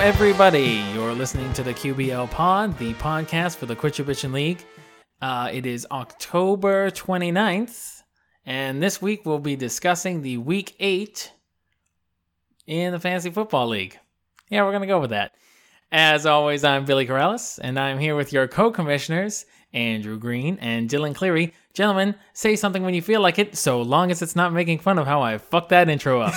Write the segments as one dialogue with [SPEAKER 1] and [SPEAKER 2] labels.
[SPEAKER 1] everybody. You're listening to the QBL Pod, the podcast for the Quitchabitchin League. Uh, it is October 29th, and this week we'll be discussing the Week 8 in the Fantasy Football League. Yeah, we're going to go with that. As always, I'm Billy Corrales, and I'm here with your co commissioners, Andrew Green and Dylan Cleary. Gentlemen, say something when you feel like it, so long as it's not making fun of how I fucked that intro up.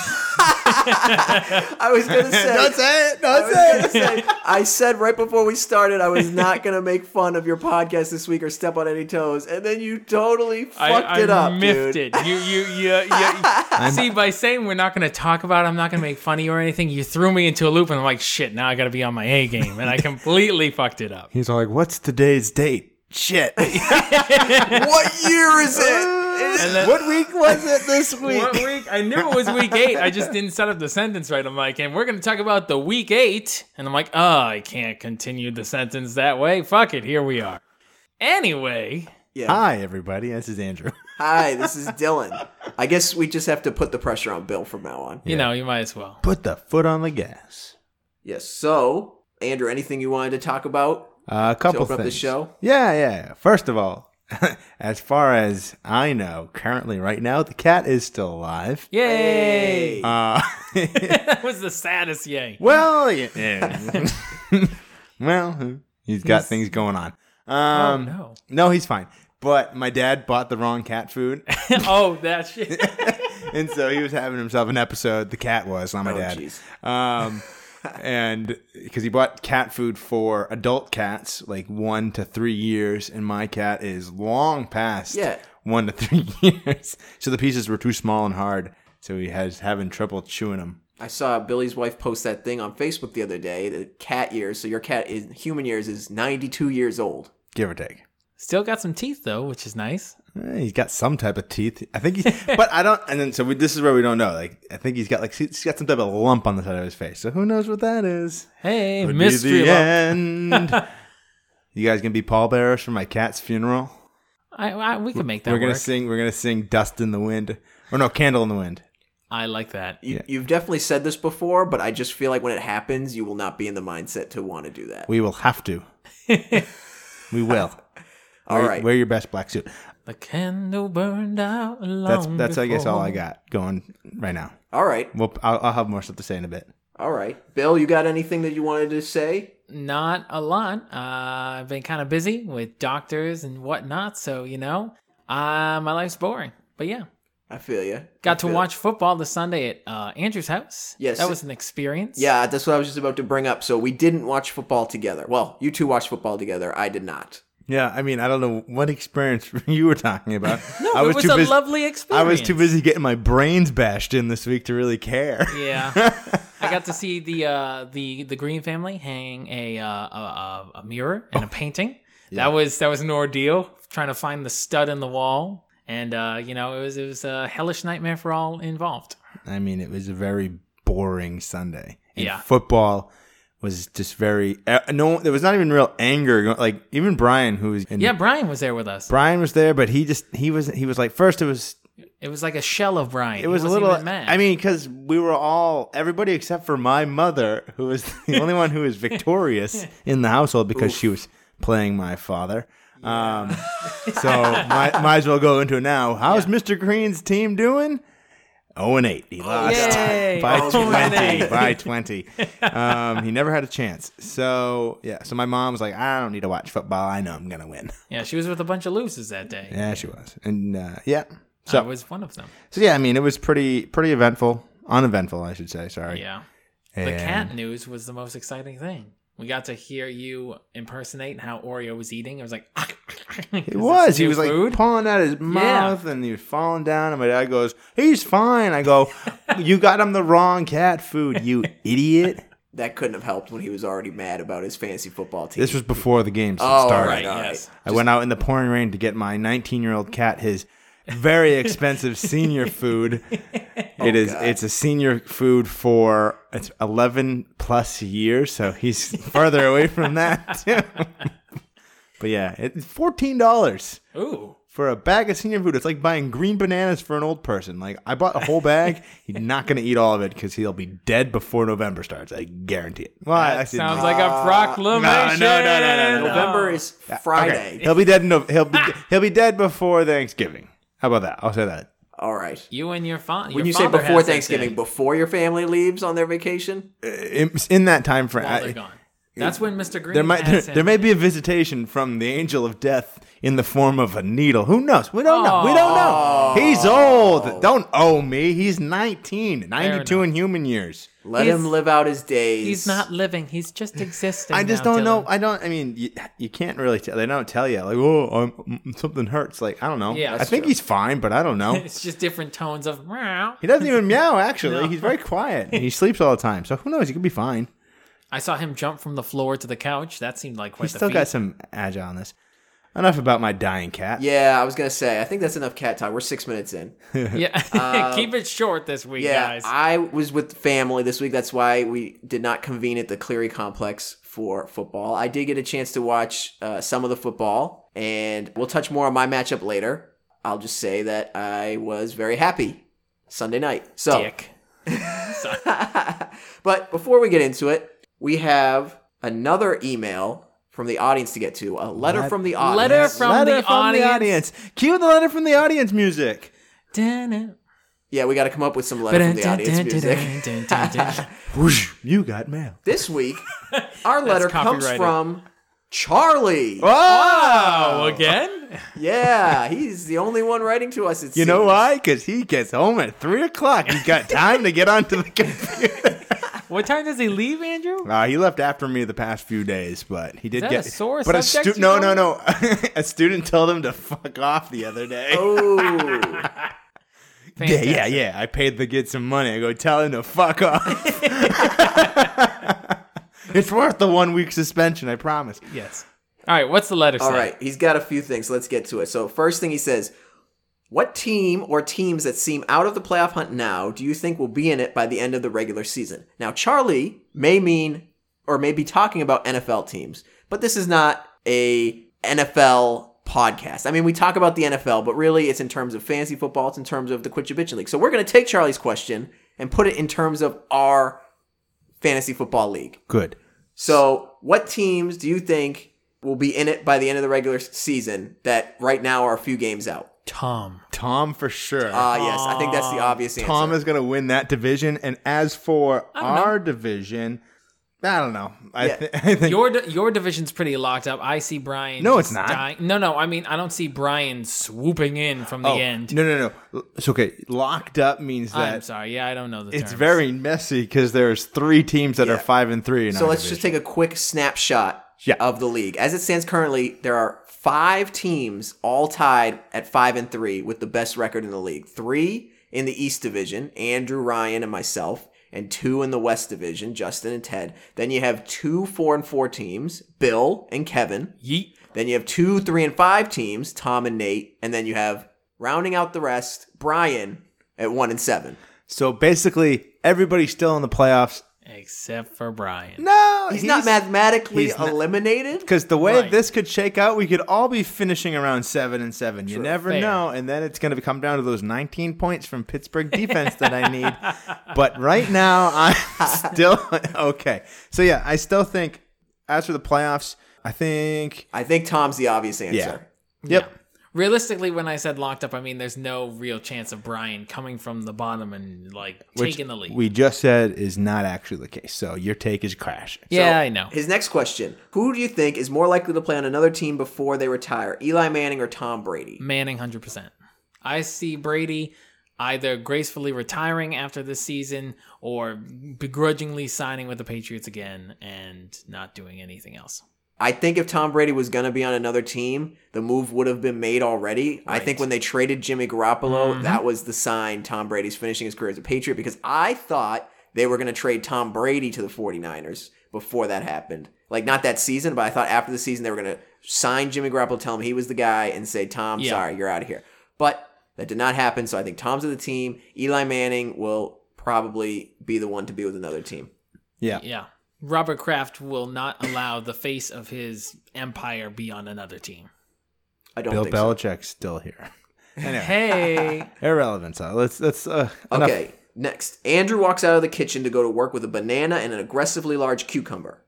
[SPEAKER 2] I was gonna say.
[SPEAKER 3] Don't say it.
[SPEAKER 2] I
[SPEAKER 3] Don't
[SPEAKER 2] was
[SPEAKER 3] say
[SPEAKER 2] gonna
[SPEAKER 3] it.
[SPEAKER 2] say, I said right before we started I was not gonna make fun of your podcast this week or step on any toes, and then you totally fucked
[SPEAKER 1] I,
[SPEAKER 2] it
[SPEAKER 1] I
[SPEAKER 2] up,
[SPEAKER 1] miffed
[SPEAKER 2] dude.
[SPEAKER 1] it. You, you, you, you, see, by saying we're not going to talk about, it, I'm not going to make funny or anything. You threw me into a loop, and I'm like, shit. Now I got to be on my A game, and I completely fucked it up.
[SPEAKER 3] He's all like, "What's today's date?" Shit.
[SPEAKER 2] What year is it? Is-
[SPEAKER 3] what week was it this week?
[SPEAKER 1] What week? I knew it was week eight. I just didn't set up the sentence right. I'm like, and we're going to talk about the week eight, and I'm like, oh, I can't continue the sentence that way. Fuck it. Here we are. Anyway,
[SPEAKER 2] yeah.
[SPEAKER 3] Hi, everybody. This is Andrew.
[SPEAKER 2] Hi, this is Dylan. I guess we just have to put the pressure on Bill from now on.
[SPEAKER 1] you know, you might as well.
[SPEAKER 3] Put the foot on the gas.
[SPEAKER 2] Yes. So, Andrew, anything you wanted to talk about?
[SPEAKER 3] Uh, a couple
[SPEAKER 2] open up
[SPEAKER 3] things.
[SPEAKER 2] the show?
[SPEAKER 3] Yeah, yeah. First of all, as far as I know, currently right now, the cat is still alive.
[SPEAKER 1] Yay!
[SPEAKER 2] Oh,
[SPEAKER 3] Uh,
[SPEAKER 1] that was the saddest yay.
[SPEAKER 3] well, yeah. well, he's got things going on.
[SPEAKER 2] Oh,
[SPEAKER 3] Um,
[SPEAKER 1] no.
[SPEAKER 3] no, he's fine. But my dad bought the wrong cat food.
[SPEAKER 1] oh, that shit.
[SPEAKER 3] and so he was having himself an episode. The cat was not my
[SPEAKER 2] Oh,
[SPEAKER 3] dad.
[SPEAKER 2] jeez.
[SPEAKER 3] Um, and because he bought cat food for adult cats, like one to three years, and my cat is long past
[SPEAKER 2] Yeah.
[SPEAKER 3] one to three years. So the pieces were too small and hard. So he has having trouble chewing them.
[SPEAKER 2] I saw Billy's wife post that thing on Facebook the other day. The cat years. So your cat is human years is ninety-two years old.
[SPEAKER 3] Give or take.
[SPEAKER 1] Still got some teeth though, which is nice.
[SPEAKER 3] Eh, He's got some type of teeth. I think he's, but I don't. And then so we, this is where we don't know. Like I think he's got like he's got some type of lump on the side of his face. So who knows what that is?
[SPEAKER 1] Hey,
[SPEAKER 3] Could be
[SPEAKER 1] mystery.
[SPEAKER 3] the
[SPEAKER 1] love.
[SPEAKER 3] end. you guys gonna be pallbearers for my cat's funeral?
[SPEAKER 1] I, I, we can make that
[SPEAKER 3] we're gonna
[SPEAKER 1] work.
[SPEAKER 3] sing. We're gonna sing "Dust in the Wind" or no, "Candle in the Wind."
[SPEAKER 1] I like that.
[SPEAKER 2] You,
[SPEAKER 3] Yeah.
[SPEAKER 2] You've definitely said this before, but I just feel like when it happens, you will not be in the mindset to want to do that.
[SPEAKER 3] We will have to. we will.
[SPEAKER 2] All
[SPEAKER 3] wear,
[SPEAKER 2] right.
[SPEAKER 3] Wear your best black suit.
[SPEAKER 1] The candle burned out
[SPEAKER 3] That's
[SPEAKER 1] long
[SPEAKER 3] that's I guess all I
[SPEAKER 1] before.
[SPEAKER 3] got going right now.
[SPEAKER 2] All right.
[SPEAKER 3] Well, I'll, I'll have more stuff to say in a bit.
[SPEAKER 2] All right. Bill, you got anything that you wanted to say?
[SPEAKER 1] Not a lot. Uh, I've been kind of busy with doctors and whatnot, so you know, uh, my life's boring. But yeah,
[SPEAKER 2] I feel you.
[SPEAKER 1] got to watch football this Sunday at uh, Andrew's house.
[SPEAKER 2] Yes.
[SPEAKER 1] that was an experience.
[SPEAKER 2] Yeah, that's what I was just about to bring up. So we didn't watch football together. Well, you two watched football together. I did not.
[SPEAKER 3] Yeah, I mean, I don't know what experience you were talking about. no, I
[SPEAKER 1] it was, a
[SPEAKER 3] busy,
[SPEAKER 1] lovely experience.
[SPEAKER 3] I was too busy getting my brains bashed in this week to really care.
[SPEAKER 1] Yeah, I got to see the uh, the the Green family hang a uh, a, a a mirror and a
[SPEAKER 3] Oh.
[SPEAKER 1] painting. That was that was an ordeal trying to find the stud in the wall, and uh, you know it was it was a hellish nightmare for all involved.
[SPEAKER 3] I mean, it was a very boring Sunday. And
[SPEAKER 1] Yeah.
[SPEAKER 3] Football was just very uh, no. There was not even real anger. go- Like even Brian, who was in,
[SPEAKER 1] Yeah, Brian was there with us.
[SPEAKER 3] Brian was there, but he just he was he was like first it was
[SPEAKER 1] It was like a shell of Brian.
[SPEAKER 3] it was a little. I mean, because we were all everybody except for my mother, who was the only one who was victorious in the household because she was playing my father. Um, so might, might as well go into it now. How's Mr. Green's team doing? Zero and eight. He lost
[SPEAKER 1] Oh, yay.
[SPEAKER 3] by
[SPEAKER 1] Oh,
[SPEAKER 3] twenty.
[SPEAKER 1] man.
[SPEAKER 3] By twenty. Um, he never had a chance. So yeah. So my mom was like, I don't need to watch football. I know I'm gonna win.
[SPEAKER 1] yeah, she was with a bunch of losers that day.
[SPEAKER 3] Yeah, she was, and uh, yeah.
[SPEAKER 1] I
[SPEAKER 3] So
[SPEAKER 1] was one of them.
[SPEAKER 3] so yeah, I mean, it was pretty pretty eventful, uneventful, I should say. Sorry.
[SPEAKER 1] Yeah, the
[SPEAKER 3] And-
[SPEAKER 1] cat news was the most exciting thing. We got to hear you impersonate how Oreo was eating. It was like
[SPEAKER 3] It was. He was like pulling out his mouth, and he was falling down. And my dad goes, "He's fine." I go, "You got him the wrong cat food, you idiot."
[SPEAKER 2] That couldn't have helped when he was already mad about his fantasy football team.
[SPEAKER 3] This was before the game
[SPEAKER 2] Oh,
[SPEAKER 3] started.
[SPEAKER 2] right, all
[SPEAKER 1] yes.
[SPEAKER 3] I went out in the pouring rain to get my 19 year old cat his very expensive senior food.
[SPEAKER 1] Oh,
[SPEAKER 3] It is. It's a senior food for it's 11 plus years, so he's further away from that. too. but yeah, it's 14 dollars
[SPEAKER 1] Ooh.
[SPEAKER 3] for a bag of senior food. It's like buying green bananas for an old person. Like I bought a whole bag. He's not going to eat all of it because he'll be dead before November starts. I guarantee it. Well, I- I
[SPEAKER 1] That
[SPEAKER 3] said-
[SPEAKER 1] sounds like a proclamation.
[SPEAKER 3] no, no, no, no, no.
[SPEAKER 2] November is Friday.
[SPEAKER 3] Uh, Okay. He'll be dead. In, Nov- he'll be
[SPEAKER 1] Ah!
[SPEAKER 3] he'll be dead before Thanksgiving. How about that? I'll say that.
[SPEAKER 2] All right.
[SPEAKER 1] You and your father.
[SPEAKER 2] When you say before Thanksgiving, before your family leaves on their vacation,
[SPEAKER 3] Uh, In, in that time frame,
[SPEAKER 1] while they're
[SPEAKER 3] I-
[SPEAKER 1] gone. That's when Mr. Green.
[SPEAKER 3] there might there,
[SPEAKER 1] has
[SPEAKER 3] there
[SPEAKER 1] him.
[SPEAKER 3] may be a visitation from the angel of death in the form of a needle. Who knows? We don't know. We don't
[SPEAKER 1] Oh.
[SPEAKER 3] know. He's old. Don't owe me. He's 19, 92 in human years.
[SPEAKER 2] let
[SPEAKER 1] He's-
[SPEAKER 2] him live out his days.
[SPEAKER 1] He's not living. He's just existing.
[SPEAKER 3] I just
[SPEAKER 1] now,
[SPEAKER 3] don't know.
[SPEAKER 1] Dylan.
[SPEAKER 3] I don't. I mean, you, you can't really tell. They don't tell you like, oh, I'm, mm, something hurts. Like I don't know.
[SPEAKER 1] Yeah,
[SPEAKER 3] I
[SPEAKER 1] that's
[SPEAKER 3] think
[SPEAKER 2] true.
[SPEAKER 3] he's fine, but I don't know.
[SPEAKER 1] It's just different tones of meow.
[SPEAKER 3] He doesn't even meow. Actually,
[SPEAKER 1] No.
[SPEAKER 3] he's very quiet. and He sleeps all the time. So who knows? He could be fine.
[SPEAKER 1] I saw him jump from the floor to the couch. That seemed like quite
[SPEAKER 3] He's
[SPEAKER 1] the
[SPEAKER 3] still
[SPEAKER 1] feat.
[SPEAKER 3] got some agile on this. Enough about my dying cat.
[SPEAKER 2] Yeah, I was gonna say. I think that's enough cat time. We're six minutes in.
[SPEAKER 1] Yeah,
[SPEAKER 3] Uh,
[SPEAKER 1] keep it short this week,
[SPEAKER 2] Yeah,
[SPEAKER 1] guys.
[SPEAKER 2] I was with family this week. That's why we did not convene at the Cleary Complex for football. I did get a chance to watch uh, some of the football, and we'll touch more on my matchup later. I'll just say that I was very happy Sunday night. So,
[SPEAKER 1] Dick.
[SPEAKER 2] but before we get into it, we have another email from the audience to get to. A letter
[SPEAKER 3] Let-
[SPEAKER 2] from the audience.
[SPEAKER 1] Letter from
[SPEAKER 3] letter
[SPEAKER 1] the
[SPEAKER 3] from the audience. Cue the letter from the audience music.
[SPEAKER 1] Dun-dun.
[SPEAKER 2] yeah, we got to come up with some letter from the audience music.
[SPEAKER 1] Dun-dun-dun-dun-dun-dun.
[SPEAKER 3] Whoosh, you got mail.
[SPEAKER 2] This week, our letter comes
[SPEAKER 1] copyrighted.
[SPEAKER 2] from Charlie.
[SPEAKER 1] Oh, again?
[SPEAKER 2] Yeah, he's the only one writing to us. It
[SPEAKER 3] You know
[SPEAKER 2] seems.
[SPEAKER 3] why? Because he gets home at three o'clock. He's got time to get onto the computer.
[SPEAKER 1] What time does he leave, Andrew?
[SPEAKER 3] Uh, he left after me the past few days, but he did
[SPEAKER 1] that
[SPEAKER 3] get
[SPEAKER 1] a sore
[SPEAKER 3] But a
[SPEAKER 1] subject
[SPEAKER 3] stu- no,
[SPEAKER 1] you
[SPEAKER 3] no,
[SPEAKER 1] know?
[SPEAKER 3] no. a student told him to fuck off the other day.
[SPEAKER 2] Oh,
[SPEAKER 3] yeah, yeah,
[SPEAKER 1] Fantastic.
[SPEAKER 3] yeah. I paid the kid some money. I go tell him to fuck off. it's worth the one week suspension. I promise.
[SPEAKER 1] Yes. All right, what's the letter
[SPEAKER 2] all
[SPEAKER 1] say?
[SPEAKER 2] right. He's got a few things. Let's get to it. So first thing he says, what team or teams that seem out of the playoff hunt now do you think will be in it by the end of the regular season? Now, Charlie may mean or may be talking about NFL teams, but this is not a NFL podcast. I mean, we talk about the NFL, but really it's in terms of fantasy football, it's in terms of the Quitchabitchin League. So we're going to take Charlie's question and put it in terms of our fantasy football league.
[SPEAKER 3] Good.
[SPEAKER 2] So, what teams do you think will be in it by the end of the regular season that right now are a few games out?
[SPEAKER 1] Tom.
[SPEAKER 3] Tom for sure.
[SPEAKER 2] Ah, yes, I think that's the obvious answer.
[SPEAKER 3] Uh, Um, Tom is going to win that division. And as for
[SPEAKER 1] don't know.
[SPEAKER 3] our division, I don't know. I,
[SPEAKER 2] Yeah.
[SPEAKER 3] thi- I think
[SPEAKER 1] Your di- your division's pretty locked up. I see Brian.
[SPEAKER 3] No,
[SPEAKER 1] just
[SPEAKER 3] it's not.
[SPEAKER 1] dying- No, no. I mean, I don't see Brian swooping in from the
[SPEAKER 3] Oh,
[SPEAKER 1] end.
[SPEAKER 3] No, no, no. It's okay. Locked up means
[SPEAKER 1] I'm
[SPEAKER 3] that
[SPEAKER 1] sorry. Yeah, I don't know the.
[SPEAKER 3] it's
[SPEAKER 1] terms.
[SPEAKER 3] very messy because there's three teams that
[SPEAKER 2] Yeah.
[SPEAKER 3] are five and three. In
[SPEAKER 2] So,
[SPEAKER 3] our
[SPEAKER 2] let's just
[SPEAKER 3] division.
[SPEAKER 2] take a quick snapshot
[SPEAKER 3] Yeah.
[SPEAKER 2] of the league. As it stands currently, there are five teams all tied at 5 and 3 with the best record in the league. 3 in the East Division, Andrew Ryan and myself, and 2 in the West Division, Justin and Ted. Then you have two 4 and 4 teams, Bill and Kevin.
[SPEAKER 1] Yeet.
[SPEAKER 2] Then you have two, three, and five teams, Tom and Nate, and then you have rounding out the rest, Brian at one and seven.
[SPEAKER 3] so basically, everybody's still in the playoffs.
[SPEAKER 1] Except for Brian.
[SPEAKER 3] No,
[SPEAKER 2] He's, not mathematically
[SPEAKER 3] he's not-
[SPEAKER 2] eliminated.
[SPEAKER 3] Because the way
[SPEAKER 1] Right.
[SPEAKER 3] this could shake out, we could all be finishing around seven and seven. You never
[SPEAKER 1] Fair.
[SPEAKER 3] know, and then it's going to come down to those 19 points from Pittsburgh defense that I need. But right now, I'm still okay. So yeah, I still think as for the playoffs, I think
[SPEAKER 2] I think Tom's the obvious answer.
[SPEAKER 3] Yeah. yep.
[SPEAKER 1] Realistically, when I said locked up, I mean there's no real chance of Brian coming from the bottom and like
[SPEAKER 3] Which
[SPEAKER 1] taking the lead.
[SPEAKER 3] We just said is not actually the case. So your take is crash.
[SPEAKER 2] So,
[SPEAKER 1] yeah, I know.
[SPEAKER 2] His next question Who do you think is more likely to play on another team before they retire, Eli Manning or Tom Brady?
[SPEAKER 1] Manning, hundred percent. I see Brady either gracefully retiring after this season or begrudgingly signing with the Patriots again and not doing anything else.
[SPEAKER 2] I think if Tom Brady was going to be on another team, the move would have been made already. I think when they traded Jimmy Garoppolo, that was the sign Tom Brady's finishing his career as a Patriot because I thought they were going to trade Tom Brady to the 49ers before that happened. Like, not that season, but I thought after the season they were going to sign Jimmy Garoppolo, tell him he was the guy, and say, Tom,
[SPEAKER 1] Yeah.
[SPEAKER 2] sorry, you're out of here. But that did not happen, so I think Tom's on the team. Eli Manning will probably be the one to be with another team.
[SPEAKER 3] Yeah.
[SPEAKER 1] Yeah. Robert Kraft will not allow the face of his empire be on another team.
[SPEAKER 2] I don't
[SPEAKER 3] Bill
[SPEAKER 2] think
[SPEAKER 3] Belichick's still here. anyway,
[SPEAKER 1] Hey,
[SPEAKER 3] irrelevant. So let's let's uh,
[SPEAKER 2] so.
[SPEAKER 3] enough.
[SPEAKER 2] Okay, next. Andrew walks out of the kitchen to go to work with a banana and an aggressively large cucumber.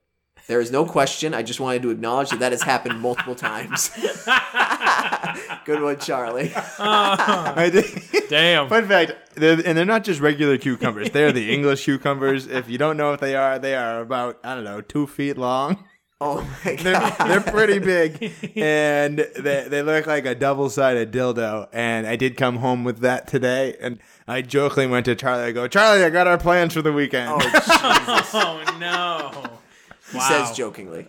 [SPEAKER 2] There is no question. I just wanted to acknowledge that that has happened multiple times. Good one, Charlie.
[SPEAKER 3] I did-
[SPEAKER 1] damn.
[SPEAKER 3] Fun fact, they're, and they're not just regular cucumbers. They're the English cucumbers. If you don't know what they are, they are about I don't know two feet long.
[SPEAKER 2] Oh my
[SPEAKER 3] They're,
[SPEAKER 2] god.
[SPEAKER 3] they're pretty big, and they they look like a double sided dildo. And I did come home with that today, and I jokingly went to Charlie. I go, Charlie, I got our plans for the weekend.
[SPEAKER 1] Oh no.
[SPEAKER 2] He says jokingly.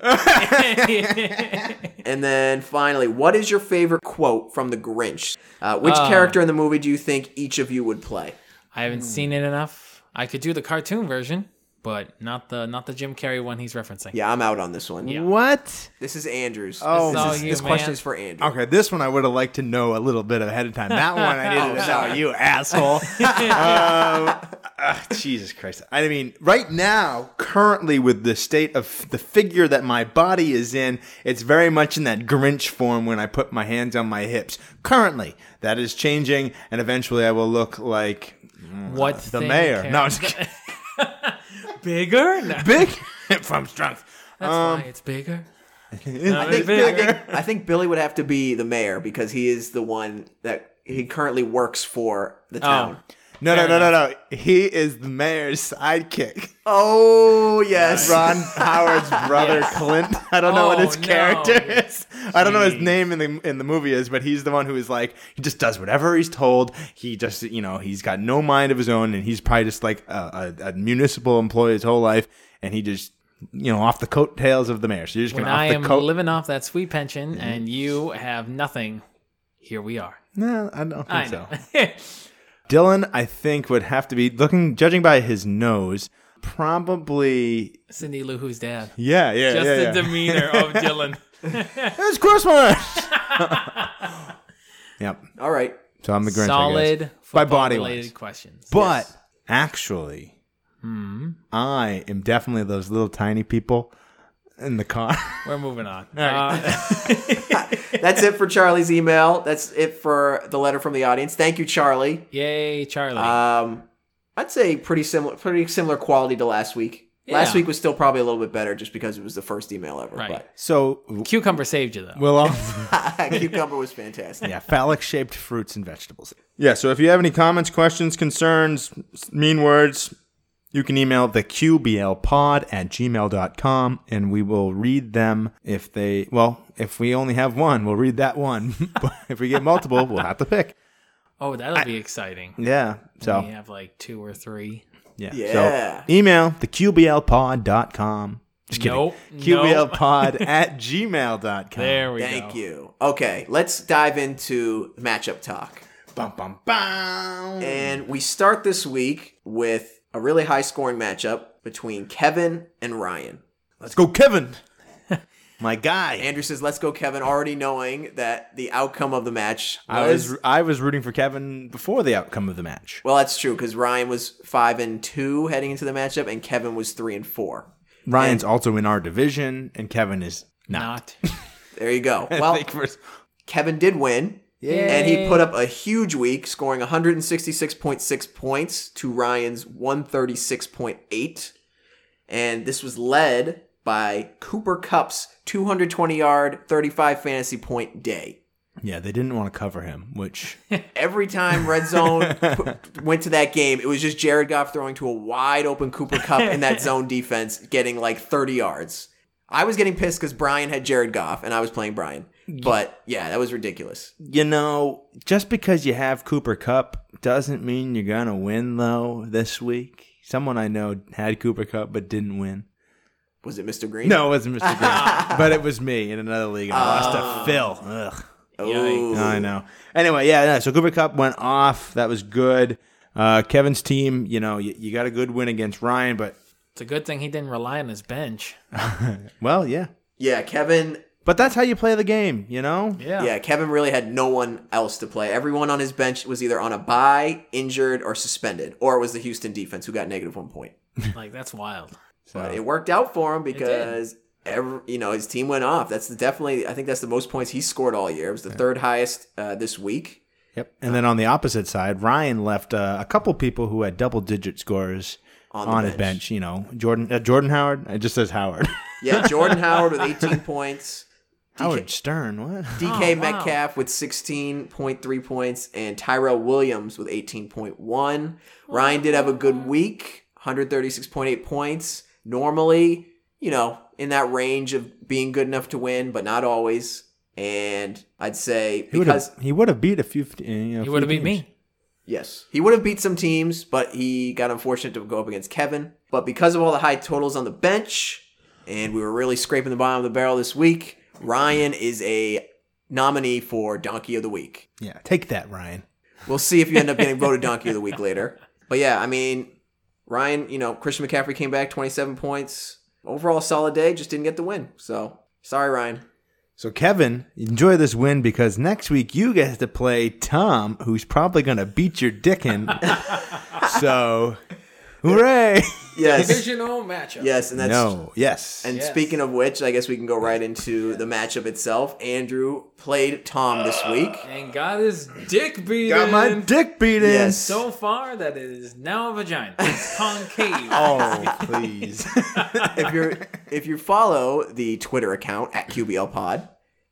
[SPEAKER 2] and then finally, what is your favorite quote from The Grinch? Uh, which character in the movie do you think each of you would play?
[SPEAKER 1] I
[SPEAKER 3] Hmm.
[SPEAKER 1] haven't seen it enough. I could do the cartoon version, but not the not the Jim Carrey one he's referencing.
[SPEAKER 2] Yeah, I'm out on this one.
[SPEAKER 3] What?
[SPEAKER 2] This is Andrew's.
[SPEAKER 1] This
[SPEAKER 2] this,
[SPEAKER 3] Oh.
[SPEAKER 1] is
[SPEAKER 2] is-
[SPEAKER 1] all you,
[SPEAKER 2] this
[SPEAKER 1] man.
[SPEAKER 2] question is for Andrew.
[SPEAKER 3] Okay, this one I would have liked to know a little bit ahead of time. That one I needed to know, you asshole. Um, ah, Jesus Christ. I mean, right now, currently with the state of the figure that my body is in, it's very much in that Grinch form when I put my hands on my hips. Currently, that is changing, and eventually I will look like
[SPEAKER 1] What
[SPEAKER 3] the mayor. No, I'm just kidding.
[SPEAKER 1] bigger. No,
[SPEAKER 3] big from strength.
[SPEAKER 1] that's
[SPEAKER 3] Um,
[SPEAKER 1] why it's bigger.
[SPEAKER 2] I think,
[SPEAKER 1] Bigger.
[SPEAKER 2] I, think, I think Billy would have to be the mayor because he is the one that he currently works for the
[SPEAKER 1] Oh.
[SPEAKER 2] town.
[SPEAKER 3] No, no,
[SPEAKER 1] Fair
[SPEAKER 3] no, no, no. He is the mayor's sidekick.
[SPEAKER 2] Oh, yes.
[SPEAKER 3] Ron Howard's brother Clint. I don't know what
[SPEAKER 1] Oh,
[SPEAKER 3] his
[SPEAKER 1] no.
[SPEAKER 3] character is. I don't know his
[SPEAKER 1] Jeez.
[SPEAKER 3] name in the in the movie is, but he's the one who is like he just does whatever he's told. He just you know he's got no mind of his own, and he's probably just like a, a, a municipal employee his whole life, and he just you know off the coattails of the mayor. So you're just
[SPEAKER 1] When
[SPEAKER 3] gonna
[SPEAKER 1] I
[SPEAKER 3] off
[SPEAKER 1] am
[SPEAKER 3] the coat.
[SPEAKER 1] living off that sweet pension and you have nothing, here we are.
[SPEAKER 3] no, I don't think
[SPEAKER 1] I
[SPEAKER 3] so.
[SPEAKER 1] know.
[SPEAKER 3] Dylan, I think would have to be looking judging by his nose, probably
[SPEAKER 1] Cindy Lou Who's dad.
[SPEAKER 3] yeah, yeah,
[SPEAKER 1] Just
[SPEAKER 3] yeah,
[SPEAKER 1] the
[SPEAKER 3] yeah.
[SPEAKER 1] demeanor of Dylan.
[SPEAKER 3] It's Christmas. yep.
[SPEAKER 2] All right.
[SPEAKER 3] So I'm the Grinch. I guess.
[SPEAKER 1] Solid
[SPEAKER 3] By body
[SPEAKER 1] related
[SPEAKER 3] wise.
[SPEAKER 1] questions.
[SPEAKER 3] But actually, I am definitely those little tiny people in the car.
[SPEAKER 1] We're moving on. Uh,
[SPEAKER 2] That's it for Charlie's email. That's it for the letter from the audience. Thank you, Charlie.
[SPEAKER 1] yay, Charlie.
[SPEAKER 3] Uh,
[SPEAKER 2] Um, I'd say pretty similar, pretty similar quality to last week. Last
[SPEAKER 1] Yeah.
[SPEAKER 2] week was still probably a little bit better just because it was the first email ever.
[SPEAKER 1] Right.
[SPEAKER 3] so
[SPEAKER 1] Cucumber saved you though.
[SPEAKER 3] we'll all
[SPEAKER 2] But cucumber was fantastic.
[SPEAKER 3] yeah, phallic shaped fruits and vegetables. Yeah. So if you have any comments, questions, concerns, s- mean words. You can email the QBLpod at gmail.com and we will read them if they, well, if we only have one, we'll read that one. but if we get multiple, we'll have to pick.
[SPEAKER 1] oh, that'll be exciting.
[SPEAKER 3] Yeah. So
[SPEAKER 1] We have like two or three.
[SPEAKER 3] Yeah.
[SPEAKER 2] Yeah.
[SPEAKER 3] So email theqblpod.com. Just kidding.
[SPEAKER 1] Nope, nope.
[SPEAKER 3] QBLpod at gmail.com.
[SPEAKER 1] There we go.
[SPEAKER 2] Thank you. Okay, let's dive into matchup talk.
[SPEAKER 3] Bum, bum, bum.
[SPEAKER 2] And we start this week with a really high scoring matchup between Kevin and Ryan.
[SPEAKER 3] Let's go, Kevin. My guy.
[SPEAKER 2] Andrew says, "Let's go, Kevin." Already knowing that the outcome of the match was,
[SPEAKER 3] I was I was rooting for Kevin before the outcome of the match.
[SPEAKER 2] well, that's true because Ryan was five and two heading into the matchup, and Kevin was three and four.
[SPEAKER 3] Ryan's also in our division, and Kevin is not. Oh.
[SPEAKER 1] Not.
[SPEAKER 2] There you go.
[SPEAKER 3] I
[SPEAKER 2] Well,
[SPEAKER 3] think first-
[SPEAKER 2] Kevin did win.
[SPEAKER 1] Yay.
[SPEAKER 2] And he put up a huge week, scoring 166.6 points to Ryan's 136.8. And this was led by Cooper Cup's 220 yard, 35 fantasy point day.
[SPEAKER 3] yeah, they didn't want to cover him, which
[SPEAKER 2] Every time Red Zone put, went to that game, it was just Jared Goff throwing to a wide open Cooper Cup in that zone defense, getting like 30 yards. I was getting pissed because Brian had Jared Goff and I was playing Brian. But yeah, that was ridiculous.
[SPEAKER 3] you know, just because you have Cooper Cup doesn't mean you're gonna win though this week. Someone I know had Cooper Cup but didn't win.
[SPEAKER 2] Was it Mr. Green?
[SPEAKER 3] No, it wasn't Mr. Green, but it was me in another league. And I lost to Phil. Ugh.
[SPEAKER 2] Ooh.
[SPEAKER 3] I know. Anyway, yeah, yeah. So Cooper Cup went off. That was good. Uh, Kevin's team, you know, you, you got a good win against Ryan, but
[SPEAKER 1] It's a good thing he didn't rely on his bench.
[SPEAKER 3] well, yeah.
[SPEAKER 2] Yeah, Kevin.
[SPEAKER 3] But that's how you play the game, you know.
[SPEAKER 1] Yeah.
[SPEAKER 2] Yeah, Kevin really had no one else to play. Everyone on his bench was either on a bye, injured, or suspended, or it was the Houston defense who got negative one point.
[SPEAKER 1] Like that's wild.
[SPEAKER 3] So
[SPEAKER 2] But it worked out for him because every, you know his team went off. That's the, definitely I think that's the most points he scored all year. It was the third highest uh, this week.
[SPEAKER 3] Yep. And then on the opposite side, Ryan left uh, a couple people who had double digit scores
[SPEAKER 2] On
[SPEAKER 3] on,
[SPEAKER 2] the
[SPEAKER 3] his
[SPEAKER 2] bench.
[SPEAKER 3] bench. You know, Jordan uh, Jordan Howard. It just says Howard.
[SPEAKER 2] Yeah, Jordan Howard with 18 points.
[SPEAKER 3] Howard Stern. What?
[SPEAKER 1] Oh,
[SPEAKER 2] DK
[SPEAKER 1] wow.
[SPEAKER 2] Metcalf with 16.3 points and Tyrell Williams with 18.1.
[SPEAKER 1] Oh,
[SPEAKER 2] Ryan did have a good week, 136.8 points. Normally, you know, in that range of being good enough to win, but not always. And I'd say
[SPEAKER 3] He would have-
[SPEAKER 2] because
[SPEAKER 3] he would have beat a few. uh, You know,
[SPEAKER 1] He
[SPEAKER 3] few
[SPEAKER 1] would have beat
[SPEAKER 3] teams.
[SPEAKER 1] me.
[SPEAKER 2] Yes. He would have beat some teams, but he got unfortunate to go up against Kevin. But because of all the high totals on the bench, and we were really scraping the bottom of the barrel this week, Ryan is a nominee for Donkey of the Week.
[SPEAKER 3] Yeah, take that, Ryan.
[SPEAKER 2] We'll see if you end up getting voted Donkey of the Week later. But yeah, I mean, Ryan, you know, Christian McCaffrey came back 27 points. Overall, solid day, just didn't get the win. So sorry, Ryan.
[SPEAKER 3] So Kevin, enjoy this win because next week you get to play Tom, who's probably going to beat your dick in. so, hooray!
[SPEAKER 2] Yes.
[SPEAKER 1] Divisional matchup.
[SPEAKER 2] Yes, and that's
[SPEAKER 3] no, yes,
[SPEAKER 2] And
[SPEAKER 1] Yes.
[SPEAKER 2] speaking of which, I guess we can go right into the matchup itself. Andrew played Tom this week.
[SPEAKER 1] And got his dick beaten.
[SPEAKER 3] got my dick beat in.
[SPEAKER 2] Yes.
[SPEAKER 1] so far that it is now a vagina. It's concave.
[SPEAKER 3] Oh, please.
[SPEAKER 2] If you're if you follow the Twitter account at QBL Pod,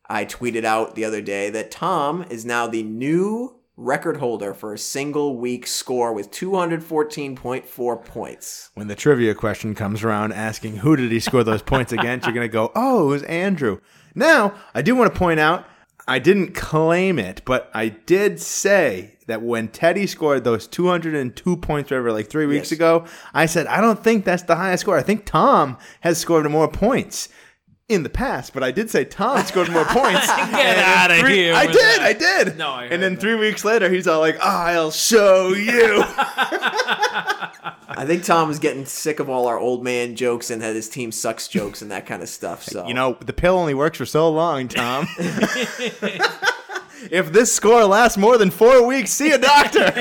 [SPEAKER 2] I tweeted out the other day that Tom is now the new record holder for a single week score with 214.4 points.
[SPEAKER 3] when the trivia question comes around asking who did he score those points against, you're going to go, oh, it was Andrew. Now, I do want to point out, I didn't claim it, but I did say that when Teddy scored those 202 points, whatever, like three
[SPEAKER 2] Yes.
[SPEAKER 3] weeks ago, I said, I don't think that's the highest score. I think Tom has scored more points. In the past, but I did say Tom scored more points.
[SPEAKER 1] Get
[SPEAKER 3] And in
[SPEAKER 1] outta
[SPEAKER 3] three-
[SPEAKER 1] here
[SPEAKER 3] I
[SPEAKER 1] with
[SPEAKER 3] did,
[SPEAKER 1] that.
[SPEAKER 3] I did.
[SPEAKER 1] No, I heard
[SPEAKER 3] and then
[SPEAKER 1] that.
[SPEAKER 3] three weeks later, he's all like, "I'll show you."
[SPEAKER 2] I think Tom is getting sick of all our old man jokes and that his team sucks jokes and that kind of stuff. So
[SPEAKER 3] You know, the pill only works for so long, Tom. if this score lasts more than four weeks, see a doctor.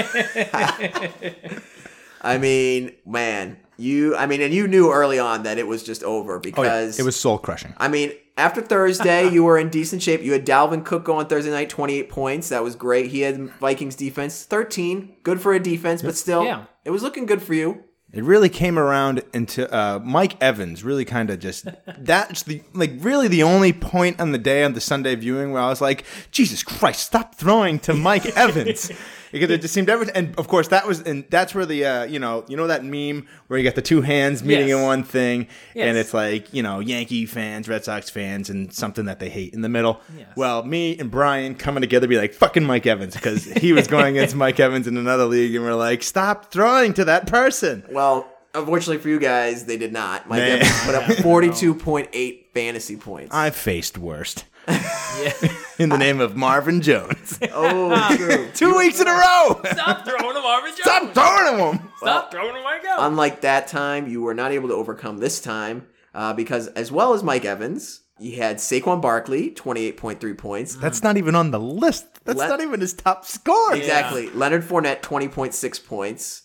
[SPEAKER 2] I mean, man, you I mean and you knew early on that it was just over because
[SPEAKER 3] Oh, it was soul crushing.
[SPEAKER 2] I mean, after Thursday, you were in decent shape. You had Dalvin Cook go on Thursday night, 28 points. That was great. He had Vikings defense, 13. Good for a defense, but still,
[SPEAKER 1] Yeah.
[SPEAKER 2] it was looking good for you.
[SPEAKER 3] It really came around into uh, Mike Evans. Really, kind of just that's the like really the only point on the day on the Sunday viewing where I was like, Jesus Christ, stop throwing to Mike Evans. Because it just seemed every, and of course that was, and that's where the uh, you know, you know that meme where you got the two hands meeting
[SPEAKER 1] Yes.
[SPEAKER 3] in one thing,
[SPEAKER 1] Yes.
[SPEAKER 3] and it's like you know Yankee fans, Red Sox fans, and something that they hate in the middle.
[SPEAKER 1] Yes.
[SPEAKER 3] Well, me and Brian coming together be like fucking Mike Evans because he was going against Mike Evans in another league, and we're like, stop throwing to that person.
[SPEAKER 2] Well, unfortunately for you guys, they did not. Mike
[SPEAKER 3] Nah.
[SPEAKER 2] Evans put up 42.8 fantasy points.
[SPEAKER 3] I faced worst
[SPEAKER 1] Yeah.
[SPEAKER 3] in the name of Marvin Jones.
[SPEAKER 2] oh, true.
[SPEAKER 3] Two weeks in a row.
[SPEAKER 1] Stop throwing him Marvin Jones.
[SPEAKER 3] Stop throwing him.
[SPEAKER 1] Stop throwing him Mike Evans.
[SPEAKER 2] Unlike that time, you were not able to overcome this time uh, because, as well as Mike Evans, you had Saquon Barkley, 28.3 points.
[SPEAKER 3] That's not even on the list. That's
[SPEAKER 2] Let-
[SPEAKER 3] not even his top score.
[SPEAKER 2] Exactly. Leonard Fournette, 20.6 points.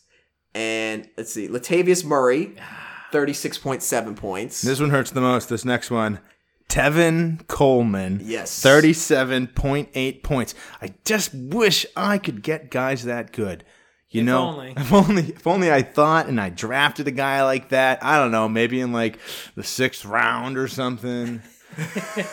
[SPEAKER 2] And let's see, Latavius Murray, 36.7 points.
[SPEAKER 3] This one hurts the most. This next one. Tevin Coleman.
[SPEAKER 2] Yes.
[SPEAKER 3] 37.8 points. I just wish I could get guys that good. You
[SPEAKER 1] If
[SPEAKER 3] know,
[SPEAKER 1] only.
[SPEAKER 3] if only if only I thought and I drafted a guy like that. I don't know, maybe in like the 6th round or something.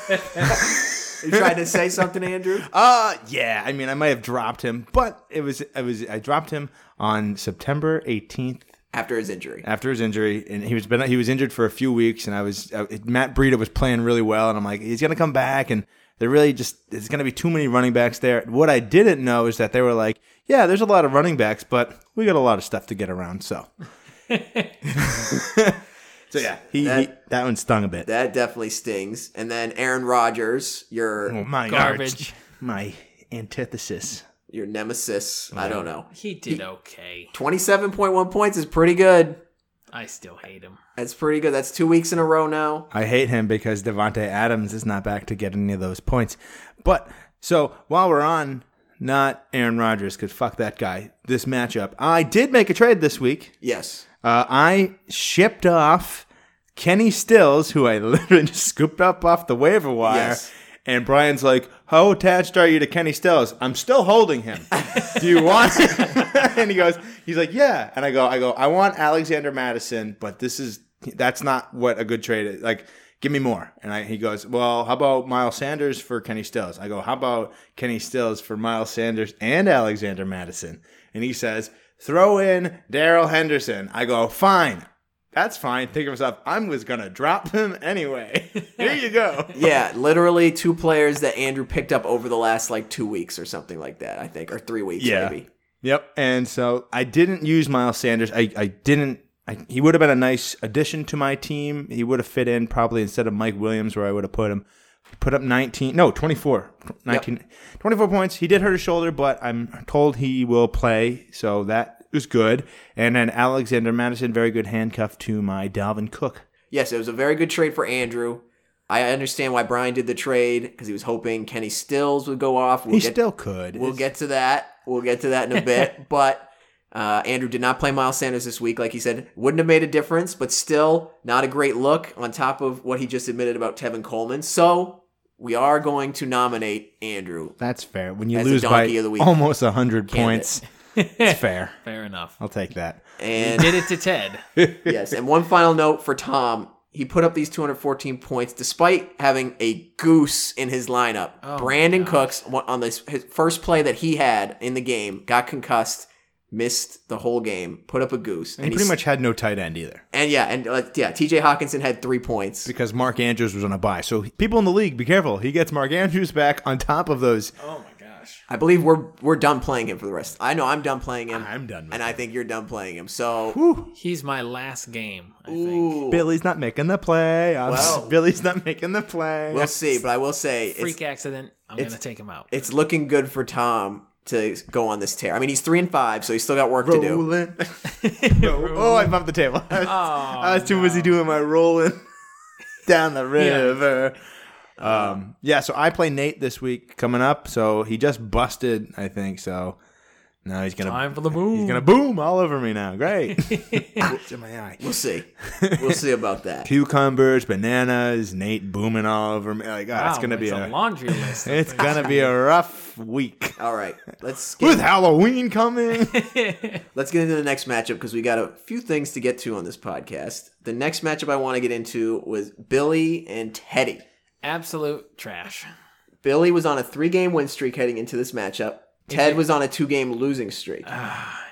[SPEAKER 2] you trying to say something, Andrew?
[SPEAKER 3] Uh yeah, I mean I might have dropped him, but it was I was I dropped him on September 18th
[SPEAKER 2] After his injury.
[SPEAKER 3] after his injury and he was been he was injured for a few weeks and I was uh, Matt Breida was playing really well and I'm like he's going to come back and they're really just there's going to be too many running backs there. What I didn't know is that they were like, yeah, there's a lot of running backs, but we got a lot of stuff to get around, so. so yeah, he that, he,
[SPEAKER 2] That-
[SPEAKER 3] that one stung a bit.
[SPEAKER 2] That definitely stings. And then Aaron Rodgers, your
[SPEAKER 3] oh, my
[SPEAKER 1] Garbage.
[SPEAKER 3] arch- my antithesis.
[SPEAKER 2] your nemesis. I don't know.
[SPEAKER 1] he did okay.
[SPEAKER 2] 27.1 points is pretty good.
[SPEAKER 1] I still hate him.
[SPEAKER 2] That's pretty good. That's two weeks in a row now.
[SPEAKER 3] I hate him because Devonte Adams is not back to get any of those points. But so while we're on not Aaron Rodgers, because fuck that guy. This matchup, I did make a trade this week.
[SPEAKER 2] Yes.
[SPEAKER 3] Uh, I shipped off Kenny Stills, who I literally just scooped up off the waiver wire.
[SPEAKER 2] Yes.
[SPEAKER 3] And Brian's like, How attached are you to Kenny Stills? I'm still holding him. Do you want And he goes, He's like, Yeah. And I go, I go, I want Alexander Madison, but this is that's not what a good trade is. Like, give me more. And I, he goes, Well, how about Miles Sanders for Kenny Stills? I go, How about Kenny Stills for Miles Sanders and Alexander Madison? And he says, Throw in Daryl Henderson. I go, Fine. That's fine. Think of myself, I was going to drop him anyway. Here you go.
[SPEAKER 2] Yeah, literally two players that Andrew picked up over the last like two weeks or something like that, I think, or three weeks
[SPEAKER 3] Yeah.
[SPEAKER 2] maybe.
[SPEAKER 3] Yep. And so I didn't use Miles Sanders. I, I didn't. I, he would have been a nice addition to my team. He would have fit in probably instead of Mike Williams, where I would have put him. Put up 19, no, 24, 19, 24 points. He did hurt his shoulder, but I'm told he will play. So that is good. And then Alexander Madison, very good handcuff to my Dalvin Cook.
[SPEAKER 2] Yes, it was a very good trade for Andrew. I understand why Brian did the trade because he was hoping Kenny Stills would go off. We'll
[SPEAKER 3] He
[SPEAKER 2] get,
[SPEAKER 3] still could.
[SPEAKER 2] we'll get to that. We'll get to that in a bit. But uh, Andrew did not play Miles Sanders this week, like he said. Wouldn't have made a difference, but still not a great look on top of what he just admitted about Tevin Coleman. So we are going to nominate Andrew.
[SPEAKER 3] That's fair. When you
[SPEAKER 2] As a
[SPEAKER 3] lose by
[SPEAKER 2] donkey of the week
[SPEAKER 3] almost 100
[SPEAKER 2] candidate.
[SPEAKER 3] points, it's fair.
[SPEAKER 1] Fair enough.
[SPEAKER 3] I'll take that.
[SPEAKER 2] And
[SPEAKER 1] Did it to Ted.
[SPEAKER 2] yes. And one final note for Tom. He put up these 214 points despite having a goose in his lineup.
[SPEAKER 1] Oh,
[SPEAKER 2] Brandon
[SPEAKER 1] my
[SPEAKER 2] Cooks wa- on this his first play that he had in the game got concussed, missed the whole game, put up a goose,
[SPEAKER 3] And he
[SPEAKER 2] he's-
[SPEAKER 3] pretty much had no tight end either.
[SPEAKER 2] and yeah, and uh, yeah, T.J. Hawkinson had three points.
[SPEAKER 3] because Mark Andrews was on a buy. So people in the league, be careful. He gets Mark Andrews back on top of those.
[SPEAKER 1] Oh my gosh.
[SPEAKER 2] I believe we're we're done playing him for the rest. I know I'm done playing him,
[SPEAKER 3] I'm done. With
[SPEAKER 2] and I think you're done playing him. So,
[SPEAKER 1] He's my last game, I think.
[SPEAKER 2] ooh,
[SPEAKER 3] Billy's not making the play. I'm-
[SPEAKER 2] Well-
[SPEAKER 3] Billy's not making the play.
[SPEAKER 2] we'll see. But I will say, it's,
[SPEAKER 1] Freak accident. I'm going to take him out.
[SPEAKER 2] it's looking good for Tom to go on this tear. I mean, he's three and five, so he's still got work to do.
[SPEAKER 3] Rolling. oh, I bumped the table. I was, I was too busy doing my rolling down the river. Um, yeah, so I play Nate this week coming up. So he just busted, I think. So now he's gonna
[SPEAKER 1] Time for the boom.
[SPEAKER 3] he's gonna boom all over me now. Great. It's in my eye.
[SPEAKER 2] We'll see. We'll see about that.
[SPEAKER 3] cucumbers, bananas, Nate booming all over me. Like, oh, it's
[SPEAKER 1] Wow,
[SPEAKER 3] gonna be
[SPEAKER 1] it's
[SPEAKER 3] a,
[SPEAKER 1] a laundry list. of
[SPEAKER 3] it's
[SPEAKER 1] things.
[SPEAKER 3] gonna be a rough week
[SPEAKER 2] All right, let's get,
[SPEAKER 3] with Halloween coming.
[SPEAKER 2] let's get into the next matchup because we got a few things to get to on this podcast. The next matchup I want to get into was Billy and Teddy.
[SPEAKER 1] absolute trash.
[SPEAKER 2] Billy was on a three-game win streak heading into this matchup. Ted was on a two-game losing streak.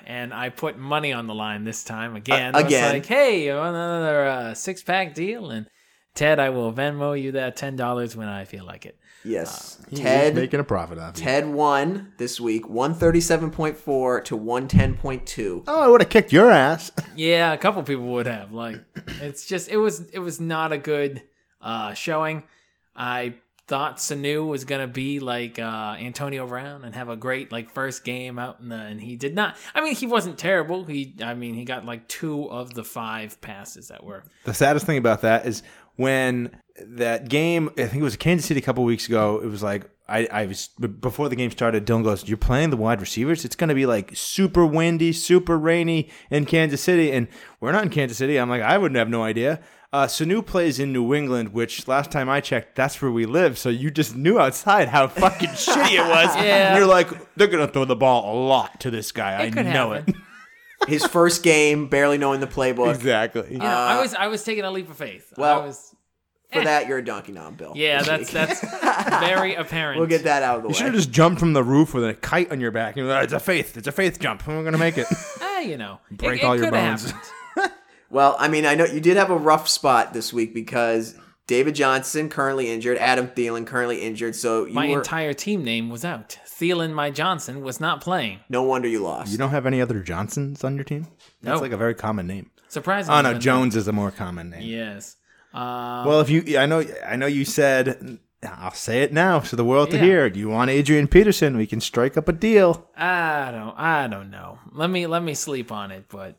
[SPEAKER 1] And I put money on the line this time again.
[SPEAKER 2] Uh,
[SPEAKER 1] I was
[SPEAKER 2] again.
[SPEAKER 1] like, hey, you want another uh, six pack deal? And Ted, I will Venmo you that ten dollars when I feel like it.
[SPEAKER 2] Yes, Ted.
[SPEAKER 3] making a profit off it.
[SPEAKER 2] Ted won this week, one thirty-seven point four to one ten point two.
[SPEAKER 3] Oh, I would have kicked your ass.
[SPEAKER 1] Yeah, a couple people would have. Like, it's just it was it was not a good uh, showing. I thought Sanu was gonna be like uh, Antonio Brown and have a great like first game out, in the, and he did not. I mean, he wasn't terrible. He, I mean, he got like two of the five passes that were.
[SPEAKER 3] The saddest thing about that is when that game, I think it was Kansas City a couple weeks ago, it was like, I, I was b- before the game started. Dylan goes, "You're playing the wide receivers. It's going to be like super windy, super rainy in Kansas City, and we're not in Kansas City." I'm like, "I wouldn't have no idea." Uh, Sanu plays in New England, which last time I checked, that's where we live. So you just knew outside how fucking shitty it was.
[SPEAKER 1] Yeah.
[SPEAKER 3] And you're like, they're gonna throw the ball a lot to this guy. I
[SPEAKER 1] could
[SPEAKER 3] know
[SPEAKER 1] happen.
[SPEAKER 3] it
[SPEAKER 2] His first game, barely knowing the playbook.
[SPEAKER 3] exactly.
[SPEAKER 1] You know, I was I was taking a leap of faith.
[SPEAKER 2] well,
[SPEAKER 1] I was,
[SPEAKER 2] For that, you're a donkey nom, Bill.
[SPEAKER 1] yeah, that's that's very apparent.
[SPEAKER 2] We'll get that out of the
[SPEAKER 3] You should
[SPEAKER 2] way.
[SPEAKER 3] have just jumped from the roof with a kite on your back. And you're like, it's a faith. It's a faith jump. I'm going to make it.
[SPEAKER 1] Ah, you know, it-
[SPEAKER 3] Break
[SPEAKER 1] it
[SPEAKER 3] all your
[SPEAKER 1] coulda
[SPEAKER 3] bones.
[SPEAKER 1] happened.
[SPEAKER 2] Well, I mean, I know you did have a rough spot this week because David Johnson currently injured, Adam Thielen currently injured, so you
[SPEAKER 1] My
[SPEAKER 2] were,
[SPEAKER 1] entire team name was out. Thielen, my Johnson was not playing.
[SPEAKER 2] no wonder you lost.
[SPEAKER 3] you don't have any other Johnsons on your team? That's
[SPEAKER 1] No.
[SPEAKER 3] like a very common name.
[SPEAKER 1] Surprisingly,
[SPEAKER 3] Oh, no.
[SPEAKER 1] but-
[SPEAKER 3] Jones is a more common name.
[SPEAKER 1] Yes. Uh,
[SPEAKER 3] Well, if you, I know, I know you said, I'll say it now so the world to
[SPEAKER 1] Yeah.
[SPEAKER 3] hear. Do you want Adrian Peterson? We can strike up a deal.
[SPEAKER 1] I don't. I don't know. Let me let me sleep on it. But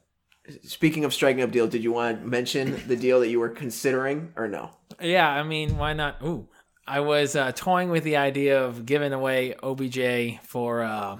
[SPEAKER 2] Speaking of striking up deal, did you want to mention the deal that you were considering or no?
[SPEAKER 1] yeah, I mean, why not? Ooh, I was uh, toying with the idea of giving away OBJ for uh,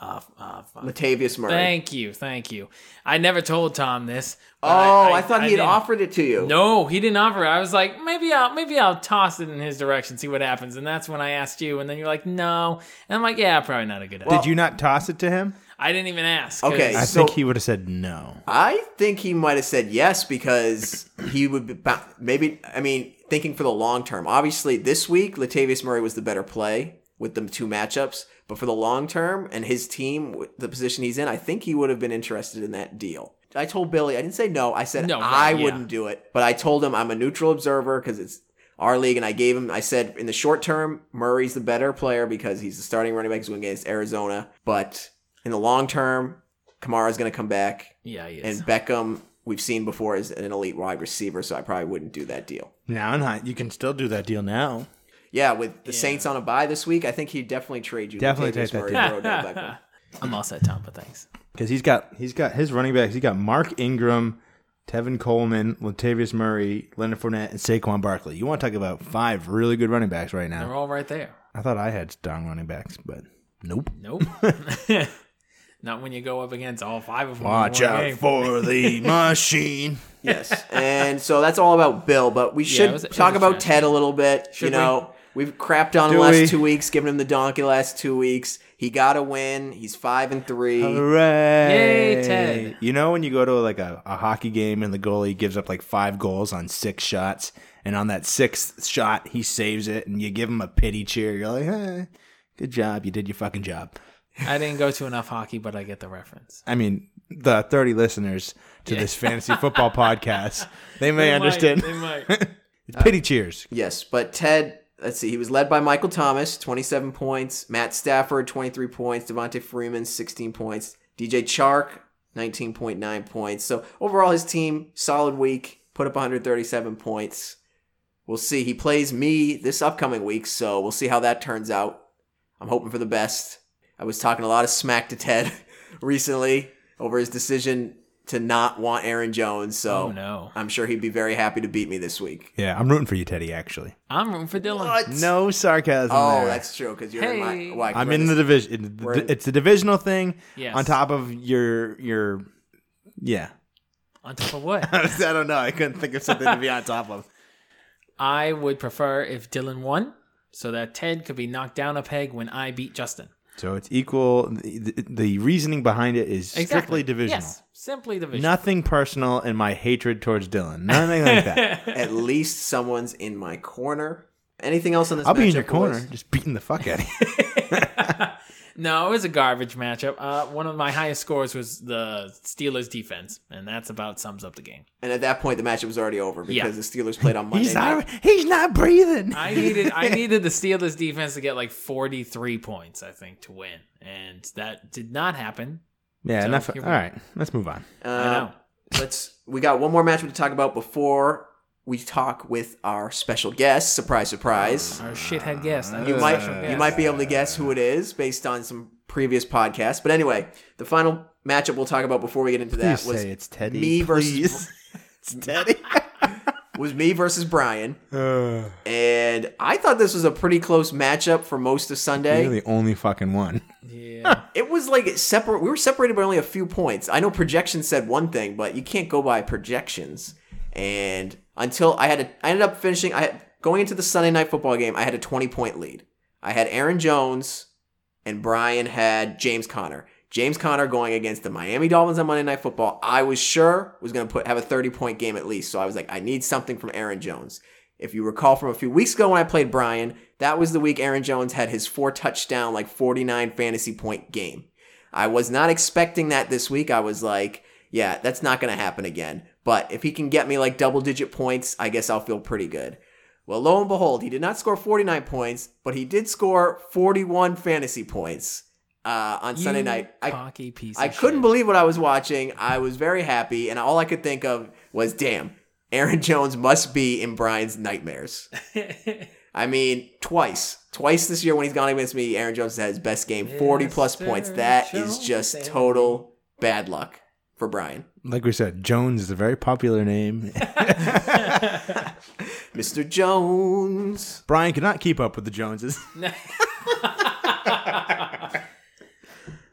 [SPEAKER 1] uh, uh,
[SPEAKER 2] Latavius Murray.
[SPEAKER 1] Thank you, thank you. I never told Tom this. but
[SPEAKER 2] oh, I, thought he had
[SPEAKER 1] didn't-
[SPEAKER 2] offered it to you.
[SPEAKER 1] No, he didn't offer. it. I was like, maybe I'll maybe I'll toss it in his direction, see what happens. And that's when I asked you, and then you're like, no. And I'm like, yeah, probably not a good idea.
[SPEAKER 3] Did you not toss it to him?
[SPEAKER 1] I didn't even ask.
[SPEAKER 2] Okay.
[SPEAKER 1] 'cause-
[SPEAKER 3] Oh. I
[SPEAKER 2] So-
[SPEAKER 3] think he would have said no.
[SPEAKER 2] I think he might have said yes because he would be ba- maybe. I mean, thinking for the long term. Obviously, this week Latavius Murray was the better play with the two matchups, but for the long term and his team, with the position he's in, I think he would have been interested in that deal. I told Billy, I didn't say no. I said
[SPEAKER 1] No, no,
[SPEAKER 2] I
[SPEAKER 1] yeah.
[SPEAKER 2] wouldn't do it, but I told him I'm a neutral observer because it's our league, and I gave him. I said in the short term, Murray's the better player because he's the starting running back. He's going against Arizona, but in the long term, Kamara's going to come back.
[SPEAKER 1] Yeah, he
[SPEAKER 2] And
[SPEAKER 1] is.
[SPEAKER 2] Beckham, we've seen before, is an elite wide receiver, so I probably wouldn't do that deal.
[SPEAKER 3] Now, not you can still do that deal now.
[SPEAKER 2] Yeah, with the
[SPEAKER 1] Yeah.
[SPEAKER 2] Saints on a bye this week, I think he'd definitely trade you.
[SPEAKER 3] Definitely
[SPEAKER 2] Latavius
[SPEAKER 3] take that
[SPEAKER 2] Murray
[SPEAKER 3] deal.
[SPEAKER 2] for Odell Beckham.
[SPEAKER 1] I'm all set, Tom. But thanks.
[SPEAKER 3] because he's got he's got his running backs. He got Mark Ingram, Tevin Coleman, Latavius Murray, Leonard Fournette, and Saquon Barkley. You want to talk about five really good running backs right
[SPEAKER 1] They're
[SPEAKER 3] now?
[SPEAKER 1] all right there.
[SPEAKER 3] I thought I had strong running backs, but nope.
[SPEAKER 1] Nope. Not when you go up against all five of them. in
[SPEAKER 3] Watch
[SPEAKER 1] one
[SPEAKER 3] out
[SPEAKER 1] game.
[SPEAKER 3] for the machine.
[SPEAKER 2] Yes, and so that's all about Bill, but we should
[SPEAKER 1] it was- it
[SPEAKER 2] talk
[SPEAKER 1] was
[SPEAKER 2] about
[SPEAKER 1] trash.
[SPEAKER 2] Ted a little bit. you
[SPEAKER 1] Should
[SPEAKER 2] know, we? have crapped on him
[SPEAKER 3] Do
[SPEAKER 2] the last
[SPEAKER 3] we?
[SPEAKER 2] two weeks, giving him the donkey the last two weeks. He got a win. He's five and three.
[SPEAKER 3] Hooray!
[SPEAKER 1] Yay, Ted.
[SPEAKER 3] You know when you go to like a, a hockey game and the goalie gives up like five goals on six shots, and on that sixth shot he saves it, and you give him a pity cheer. You're like, hey, good job, you did your fucking job.
[SPEAKER 1] I didn't go to enough hockey, but I get the reference.
[SPEAKER 3] I mean, the 30 listeners to this fantasy football podcast, they may understand.
[SPEAKER 1] They might.
[SPEAKER 3] It's Pity cheers.
[SPEAKER 2] Yes, but Ted, let's see, he was led by Michael Thomas, 27 points, Matt Stafford, 23 points, Devontae Freeman, 16 points, DJ Chark, 19.9 points. So overall, his team, solid week, put up 137 points. We'll see. He plays me this upcoming week, so we'll see how that turns out. I'm hoping for the best. I was talking a lot of smack to Ted recently over his decision to not want Aaron Jones, so
[SPEAKER 1] Oh no.
[SPEAKER 2] I'm sure he'd be very happy to beat me this week.
[SPEAKER 3] Yeah, I'm rooting for you, Teddy, actually.
[SPEAKER 1] I'm rooting for Dylan.
[SPEAKER 3] No sarcasm
[SPEAKER 2] Oh,
[SPEAKER 3] there.
[SPEAKER 2] that's true because you're in
[SPEAKER 1] Hey.
[SPEAKER 2] my. Well,
[SPEAKER 3] I'm in the division.
[SPEAKER 2] We're in-
[SPEAKER 3] It's the divisional thing
[SPEAKER 1] Yes.
[SPEAKER 3] on top of your, your, yeah.
[SPEAKER 1] On top of what?
[SPEAKER 3] I don't know. I couldn't think of something to be on top of.
[SPEAKER 1] I would prefer if Dylan won, so that Ted could be knocked down a peg when I beat Justin.
[SPEAKER 3] So it's equal. The, the, the reasoning behind it is strictly divisional.
[SPEAKER 1] Yes, simply divisional.
[SPEAKER 3] Nothing personal in my hatred towards Dylan. Nothing like that.
[SPEAKER 2] At least someone's in my corner. Anything else on this?
[SPEAKER 3] I'll be in your
[SPEAKER 2] matchup,
[SPEAKER 3] corner,
[SPEAKER 2] boys?
[SPEAKER 3] just beating the fuck out of you.
[SPEAKER 1] no, it was a garbage matchup. Uh, one of my highest scores was the Steelers defense, and that's about sums up the game.
[SPEAKER 2] And at that point, the matchup was already over because
[SPEAKER 1] Yeah.
[SPEAKER 2] the Steelers played on Monday.
[SPEAKER 3] He's
[SPEAKER 2] night.
[SPEAKER 3] not. He's not breathing.
[SPEAKER 1] I needed I needed the Steelers defense to get like 43 points, I think, to win, and that did not happen.
[SPEAKER 3] Yeah,
[SPEAKER 1] So,
[SPEAKER 3] enough.
[SPEAKER 1] here
[SPEAKER 3] All
[SPEAKER 1] we go.
[SPEAKER 3] right, let's move on.
[SPEAKER 2] Uh,
[SPEAKER 1] I know.
[SPEAKER 2] Let's. We got one more matchup to talk about before we talk with our special guest. Surprise, surprise.
[SPEAKER 3] Uh,
[SPEAKER 1] Our shithead guest.
[SPEAKER 2] You might you might be able to guess who it is based on some previous podcasts. But anyway, the final matchup we'll talk about before we get into that
[SPEAKER 3] Please
[SPEAKER 2] was
[SPEAKER 3] say it's Teddy.
[SPEAKER 2] me versus-
[SPEAKER 3] please. it's Teddy.
[SPEAKER 2] was me versus Brian. And I thought this was a pretty close matchup for most of Sunday.
[SPEAKER 3] You're the only fucking one.
[SPEAKER 1] Yeah.
[SPEAKER 2] It was like separate. We were separated by only a few points. I know projections said one thing, but you can't go by projections. And until I had, a, I ended up finishing. I had, going into the Sunday night football game. I had a twenty point lead. I had Aaron Jones, and Brian had James Conner. James Conner going against the Miami Dolphins on Monday Night Football. I was sure was going to put have a thirty point game at least. So I was like, I need something from Aaron Jones. If you recall from a few weeks ago when I played Brian, that was the week Aaron Jones had his four touchdown, like 49 fantasy point game. I was not expecting that this week. I was like, yeah, that's not going to happen again. But if he can get me like double digit points, I guess I'll feel pretty good. Well, lo and behold, he did not score 49 points, but he did score 41 fantasy points uh, on Sunday
[SPEAKER 1] You
[SPEAKER 2] night. I,
[SPEAKER 1] cocky piece.
[SPEAKER 2] I
[SPEAKER 1] of
[SPEAKER 2] couldn't
[SPEAKER 1] shit.
[SPEAKER 2] believe what I was watching. I was very happy, and all I could think of was, damn, Aaron Jones must be in Brian's nightmares. I mean, twice. Twice this year when he's gone against me, Aaron Jones had his best game, 40 plus
[SPEAKER 1] Mr.
[SPEAKER 2] points. That is
[SPEAKER 1] Jones,
[SPEAKER 2] just
[SPEAKER 1] baby.
[SPEAKER 2] total bad luck for Brian.
[SPEAKER 3] Like we said, Jones is a very popular name.
[SPEAKER 2] Mr. Jones.
[SPEAKER 3] Brian could not keep up with the Joneses.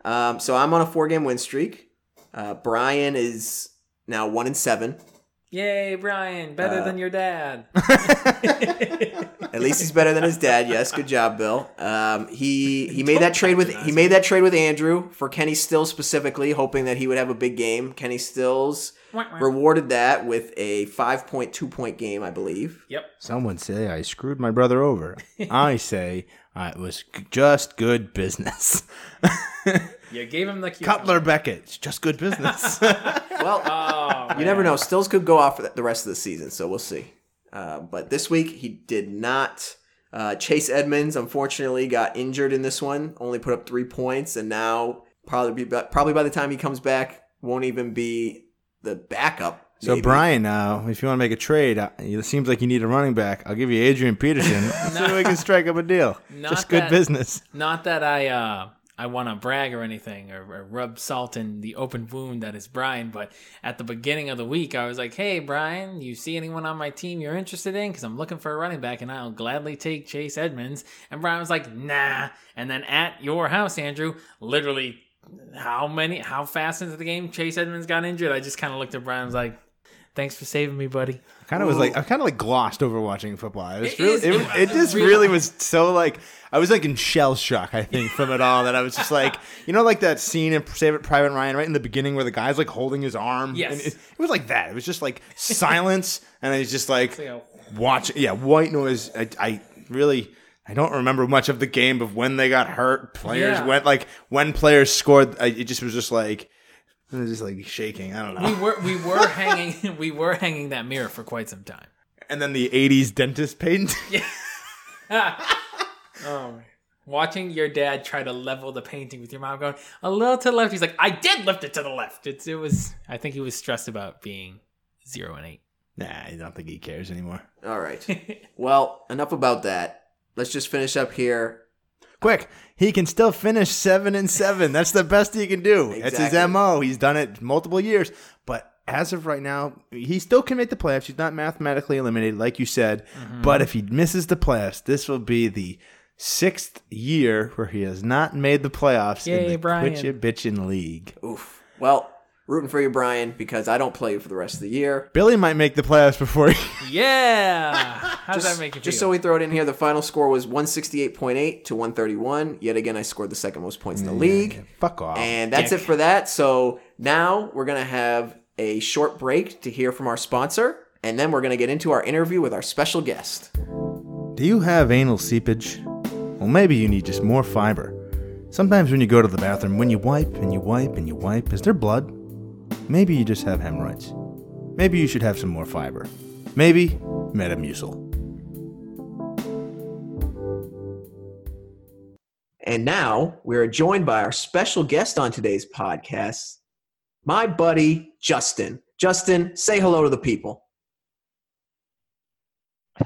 [SPEAKER 2] Um, so I'm on a four game win streak. Uh, Brian is now one and seven.
[SPEAKER 1] Yay, Brian! Better
[SPEAKER 2] Uh,
[SPEAKER 1] than your dad.
[SPEAKER 2] At least he's better than his dad. Yes, good job, Bill. Um, he he made that trade with he made that trade with Andrew for Kenny Stills specifically, hoping that he would have a big game. Kenny Stills rewarded that with a five point two point game, I believe.
[SPEAKER 1] yep.
[SPEAKER 3] Someone say I screwed my brother over. I say uh, it was g- just good business.
[SPEAKER 1] You gave him the cucumber.
[SPEAKER 3] Cutler Beckett, it's just good business.
[SPEAKER 2] Well,
[SPEAKER 1] Oh,
[SPEAKER 2] you never know. Stills could go off for the rest of the season, so we'll see. Uh, but this week he did not. Uh, Chase Edmonds unfortunately got injured in this one. Only put up three points, and now probably be, probably by the time he comes back, won't even be the backup.
[SPEAKER 3] so
[SPEAKER 2] maybe.
[SPEAKER 3] Brian, uh, if you want to make a trade, uh, it seems like you need a running back. I'll give you Adrian Peterson. so we can strike up a deal.
[SPEAKER 1] Not
[SPEAKER 3] just good
[SPEAKER 1] that-
[SPEAKER 3] business.
[SPEAKER 1] Not that I uh I want to brag or anything or, or rub salt in the open wound that is Brian, but at the beginning of the week I was like, "Hey Brian, you see anyone on my team you're interested in? Because I'm looking for a running back, and I'll gladly take Chase Edmonds." And Brian was like, "Nah." And then at your house, Andrew, literally, how many, how fast into the game Chase Edmonds got injured? I just kind of looked at Brian, I was like, "Thanks for saving me, buddy."
[SPEAKER 3] Kind of was like I kind of like glossed over watching football. It was
[SPEAKER 1] It
[SPEAKER 3] really,
[SPEAKER 1] is-
[SPEAKER 3] it,
[SPEAKER 1] it
[SPEAKER 3] it just
[SPEAKER 1] really-
[SPEAKER 3] really was so like I was like in shell shock. I think from it all that I was just like you know like that scene in Save It Private Ryan right in the beginning where the guy's like holding his arm.
[SPEAKER 1] Yes.
[SPEAKER 3] and it, it was like that. It was just like silence, and I was just like
[SPEAKER 1] like a-
[SPEAKER 3] watching. Yeah, white noise. I, I really. I don't remember much of the game of when they got hurt. Players
[SPEAKER 1] Yeah.
[SPEAKER 3] went like when players scored. I, it just was just like, it was just like shaking. I don't know.
[SPEAKER 1] We were we were hanging we were hanging that mirror for quite some time.
[SPEAKER 3] and then the '80s dentist paint.
[SPEAKER 2] Um,
[SPEAKER 1] Oh, watching your dad try to level the painting with your mom going a little to the left. He's like, I did lift it to the left. It's, it was. I think he was stressed about being zero and eight.
[SPEAKER 3] Nah, I don't think he cares anymore.
[SPEAKER 2] All right. well, enough about that. Let's just finish up here.
[SPEAKER 3] Quick, he can still finish seven and seven. That's the best he can do. That's
[SPEAKER 2] Exactly.
[SPEAKER 3] his mo. He's done it multiple years. But as of right now, he still can make the playoffs. He's not mathematically eliminated, like you said.
[SPEAKER 1] Mm-hmm.
[SPEAKER 3] But if he misses the playoffs, this will be the sixth year where he has not made the playoffs
[SPEAKER 1] Yay,
[SPEAKER 3] in the
[SPEAKER 1] Brian.
[SPEAKER 3] Quitcha Bitchin' League.
[SPEAKER 2] Oof. Well, rooting for you, Brian, because I don't play you for the rest of the year.
[SPEAKER 3] Billy might make the playoffs before he
[SPEAKER 1] Yeah. How does that make you feel?
[SPEAKER 2] Just so we throw it in here, the final score was 168.8 to 131. Yet again, I scored the second most points in the league.
[SPEAKER 3] fuck off.
[SPEAKER 2] And that's it for that. So now we're going to have a short break to hear from our sponsor, and then we're going to get into our interview with our special guest.
[SPEAKER 3] Do you have anal seepage? Well, maybe you need just more fiber. Sometimes when you go to the bathroom, when you wipe and you wipe and you wipe, is there blood? Maybe you just have hemorrhoids. Maybe you should have some more fiber. Maybe Metamucil.
[SPEAKER 2] And now we are joined by our special guest on today's podcast, my buddy, Justin. Justin, say hello to the people.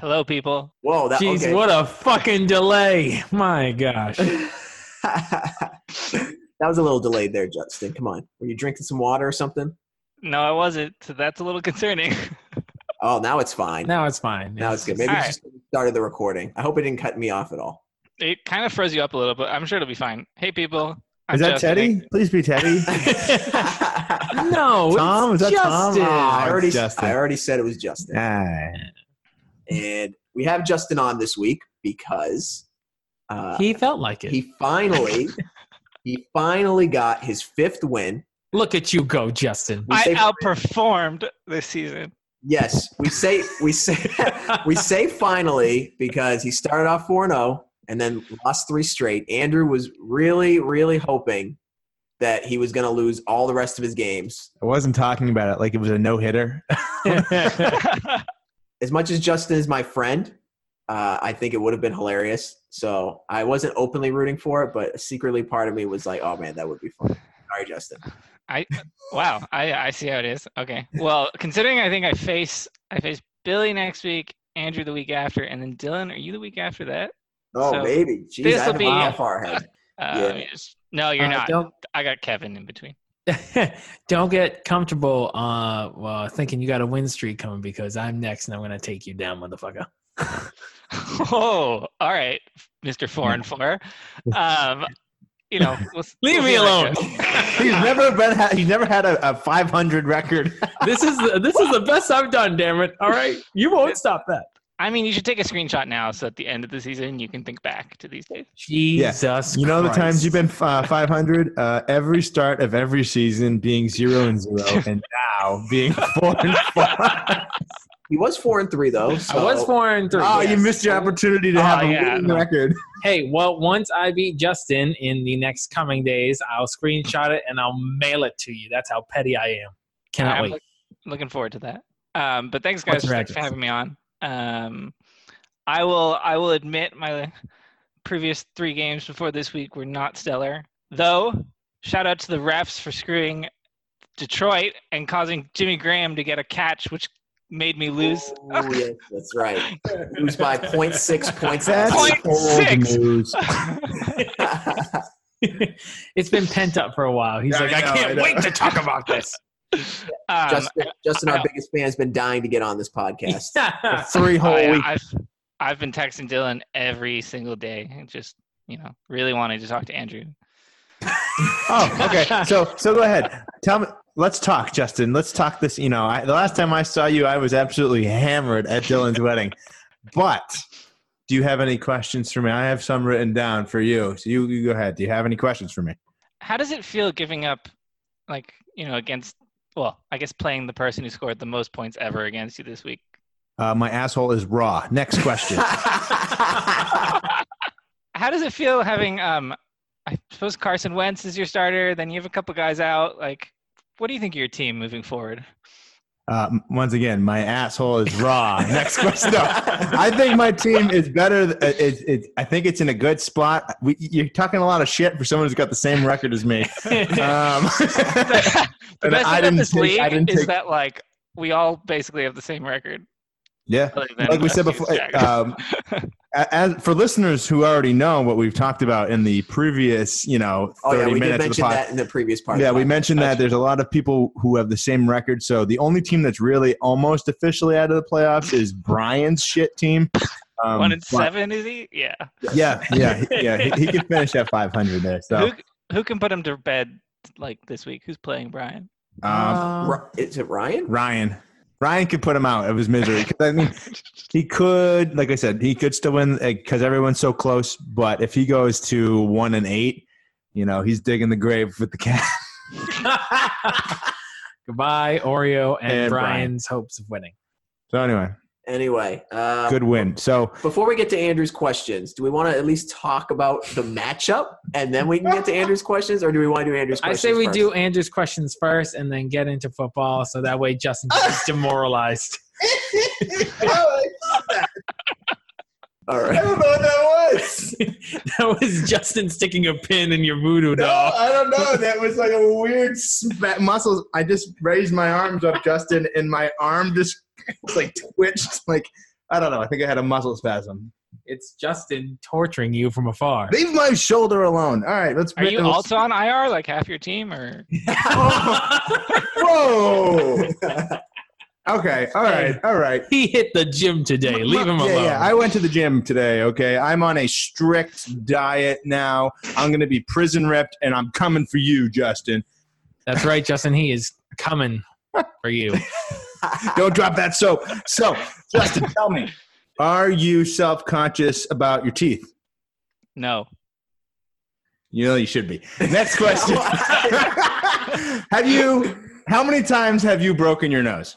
[SPEAKER 4] Hello, people.
[SPEAKER 2] Whoa, that
[SPEAKER 1] Jeez,
[SPEAKER 2] okay.
[SPEAKER 1] what a fucking delay! My gosh.
[SPEAKER 2] that was a little delayed there, Justin. Come on. Were you drinking some water or something?
[SPEAKER 4] No, I wasn't. So that's a little concerning.
[SPEAKER 2] Oh, now it's fine. Now,
[SPEAKER 1] Now it's fine.
[SPEAKER 2] it's good. Maybe
[SPEAKER 4] All
[SPEAKER 2] it's
[SPEAKER 4] right.
[SPEAKER 2] just 'cause we started the recording. I hope it didn't cut me off at all.
[SPEAKER 4] it kind of froze you up a little, but I'm sure it'll be fine. Hey, people. I'm
[SPEAKER 3] Is that
[SPEAKER 4] Justin.
[SPEAKER 3] Teddy? Please be Teddy.
[SPEAKER 1] Ah, No,
[SPEAKER 3] Tom,
[SPEAKER 1] it's
[SPEAKER 3] is that Tom?
[SPEAKER 1] Justin.
[SPEAKER 2] Ah, I already,
[SPEAKER 3] Justin.
[SPEAKER 2] I already said it was Justin.
[SPEAKER 3] Ah,
[SPEAKER 2] And we have Justin on this week because uh,
[SPEAKER 1] he felt like it.
[SPEAKER 2] he finally he finally got his fifth win.
[SPEAKER 1] Look at you go, Justin.
[SPEAKER 2] We
[SPEAKER 4] I
[SPEAKER 2] say-
[SPEAKER 4] outperformed this season.
[SPEAKER 2] Yes, we say we say we say finally because he started off 4 0 and then lost three straight. Andrew was really, really hoping that he was going to lose all the rest of his games.
[SPEAKER 3] I wasn't talking about it like it was a no hitter.
[SPEAKER 2] As much as Justin is my friend, uh, I think it would have been hilarious. So I wasn't openly rooting for it, but secretly part of me was like, oh man, that would be fun. Sorry, Justin.
[SPEAKER 4] I wow. I I see how it is. Okay. Well, considering I think I face I face Billy next week, Andrew the week after, and then Dylan. Are you the week after that?
[SPEAKER 2] Oh,
[SPEAKER 4] So,
[SPEAKER 2] baby. Jeez,
[SPEAKER 4] this'll
[SPEAKER 2] I haven't
[SPEAKER 4] be-
[SPEAKER 2] gone far ahead.
[SPEAKER 4] Uh,
[SPEAKER 2] Yeah.
[SPEAKER 4] yes. No, you're
[SPEAKER 1] Uh,
[SPEAKER 4] not.
[SPEAKER 1] don't-
[SPEAKER 4] I got Kevin in between.
[SPEAKER 1] don't get comfortable uh well, thinking you got a win streak coming because I'm next and I'm gonna take you down, motherfucker.
[SPEAKER 4] Oh, all right, Mr. Four and Four. Um, you know, we'll,
[SPEAKER 1] Leave
[SPEAKER 4] we'll
[SPEAKER 1] me
[SPEAKER 4] see how
[SPEAKER 1] alone.
[SPEAKER 4] that goes.
[SPEAKER 3] He's never been. Ha- he's never had a, a 500 record.
[SPEAKER 1] This is the, this is the best I've done. Damn it! All right, you won't stop that.
[SPEAKER 4] I mean, you should take a screenshot now, so at the end of the season, you can think back to these days.
[SPEAKER 1] Jesus,
[SPEAKER 3] You know the times
[SPEAKER 1] Christ.
[SPEAKER 3] you've been uh, 500. Uh, every start of every season being zero and zero, and now being four and four.
[SPEAKER 2] He was four and three though. So.
[SPEAKER 1] I was four and three.
[SPEAKER 3] Oh,
[SPEAKER 1] yes.
[SPEAKER 3] you missed your opportunity to
[SPEAKER 4] Oh,
[SPEAKER 3] have a
[SPEAKER 4] yeah,
[SPEAKER 3] winning
[SPEAKER 4] no.
[SPEAKER 3] record.
[SPEAKER 1] Hey, well, once I beat Justin in the next coming days, I'll screenshot it and I'll mail it to you. That's how petty I am. Cannot
[SPEAKER 4] I'm
[SPEAKER 1] wait.
[SPEAKER 4] look- looking forward to that. Um, but thanks,
[SPEAKER 1] What's
[SPEAKER 4] guys,
[SPEAKER 1] your
[SPEAKER 4] thanks for
[SPEAKER 1] address?
[SPEAKER 4] having me on. Um, I will. I will admit my previous three games before this week were not stellar. Though, shout out to the refs for screwing Detroit and causing Jimmy Graham to get a catch, which made me lose.
[SPEAKER 2] Oh, yes, that's right. Lose by 0.6 points.
[SPEAKER 3] That's
[SPEAKER 4] Point
[SPEAKER 3] old
[SPEAKER 4] six.
[SPEAKER 3] news.
[SPEAKER 1] it's been pent up for a while. He's
[SPEAKER 3] Yeah,
[SPEAKER 1] like,
[SPEAKER 3] I
[SPEAKER 1] I,
[SPEAKER 3] know, I
[SPEAKER 1] can't
[SPEAKER 3] know."
[SPEAKER 1] wait to talk about this.
[SPEAKER 4] Um,
[SPEAKER 2] Justin, Justin, our
[SPEAKER 4] I-
[SPEAKER 2] biggest fan, has been dying to get on this podcast.
[SPEAKER 1] Yeah.
[SPEAKER 3] Three whole
[SPEAKER 4] Oh, yeah,
[SPEAKER 3] weeks.
[SPEAKER 4] I've I've been texting Dylan every single day. and Just you know, really wanted to talk to Andrew.
[SPEAKER 3] Oh, okay. So, so go ahead. Tell me. Let's talk, Justin. Let's talk this. You know, I, the last time I saw you, I was absolutely hammered at Dylan's wedding. But do you have any questions for me? I have some written down for you. So you, you go ahead. Do you have any questions for me?
[SPEAKER 4] How does it feel giving up, like you know, against? Well, I guess playing the person who scored the most points ever against you this week.
[SPEAKER 3] Uh, my asshole is raw. Next question.
[SPEAKER 4] How does it feel having um? I suppose Carson Wentz is your starter. Then you have a couple guys out. Like, what do you think of your team moving forward?
[SPEAKER 3] Uh, m- once again, my asshole is raw. Next question. No, I think my team is better. th- uh, It, it, I think it's in a good spot. We, you're talking a lot of shit for someone who's got the same record as me. Um,
[SPEAKER 4] the best
[SPEAKER 3] And I
[SPEAKER 4] thing about
[SPEAKER 3] didn't
[SPEAKER 4] this
[SPEAKER 3] take- I
[SPEAKER 4] league
[SPEAKER 3] didn't
[SPEAKER 4] is
[SPEAKER 3] take-
[SPEAKER 4] that like we all basically have the same record.
[SPEAKER 3] yeah.
[SPEAKER 4] other than
[SPEAKER 3] Like we said
[SPEAKER 4] Matthews
[SPEAKER 3] before,
[SPEAKER 4] Jackson.
[SPEAKER 3] um, a- as, for listeners who already know what we've talked about in the previous, you know, 30
[SPEAKER 2] oh, yeah, we did
[SPEAKER 3] minutes of the
[SPEAKER 2] mention
[SPEAKER 3] podcast.
[SPEAKER 2] that in the previous part.
[SPEAKER 3] Yeah,
[SPEAKER 2] of the
[SPEAKER 3] we
[SPEAKER 2] podcast.
[SPEAKER 3] mentioned that there's a lot of people who have the same record. So the only team that's really almost officially out of the playoffs is Brian's shit team. Um,
[SPEAKER 4] One in
[SPEAKER 3] but-
[SPEAKER 4] seven, is he? Yeah.
[SPEAKER 3] Yeah, yeah, yeah. He, he can finish at 500 there. So
[SPEAKER 4] Who who can put him to bed like this week? Who's playing Brian?
[SPEAKER 3] um,
[SPEAKER 2] Ri- Is it Ryan?
[SPEAKER 3] Ryan, Ryan could put him out of his misery. 'Cause, I mean, he could, like I said, he could still win because everyone's so close. But if he goes to one and eight, you know, he's digging the grave with the cat.
[SPEAKER 1] Goodbye, Oreo and,
[SPEAKER 3] And Brian.
[SPEAKER 1] Brian's hopes of winning.
[SPEAKER 3] So anyway,
[SPEAKER 2] Anyway, uh,
[SPEAKER 3] good win. So
[SPEAKER 2] before we get to Andrew's questions, do we want to at least talk about the matchup and then we can get to Andrew's questions, or do we want to do Andrew's
[SPEAKER 1] I
[SPEAKER 2] questions?
[SPEAKER 1] say we
[SPEAKER 2] first?
[SPEAKER 1] do Andrew's questions first and then get into football so that way Justin gets demoralized.
[SPEAKER 2] All right.
[SPEAKER 3] don't know what that was.
[SPEAKER 1] that was Justin sticking a pin in your voodoo doll.
[SPEAKER 3] I don't know. That was like a weird spat muscles. I just raised my arms up, Justin, and my arm just like twitched. Like I don't know. I think I had a muscle spasm.
[SPEAKER 1] It's Justin torturing you from afar.
[SPEAKER 3] Leave my shoulder alone. All right, let's.
[SPEAKER 4] Are you
[SPEAKER 3] let's-
[SPEAKER 4] also on IR, like half your team, or
[SPEAKER 3] Whoa. okay. All right. All right.
[SPEAKER 1] he hit the gym today. Leave him
[SPEAKER 3] yeah,
[SPEAKER 1] alone.
[SPEAKER 3] Yeah, I went to the gym today. Okay, I'm on a strict diet now. I'm gonna be prison ripped, and I'm coming for you, Justin.
[SPEAKER 1] That's right, Justin. He is coming for you.
[SPEAKER 3] Don't drop that soap. So, Justin, tell me, are you self conscious about your teeth?
[SPEAKER 4] no?
[SPEAKER 3] You know you should be. Next question. have you? How many times have you broken your nose?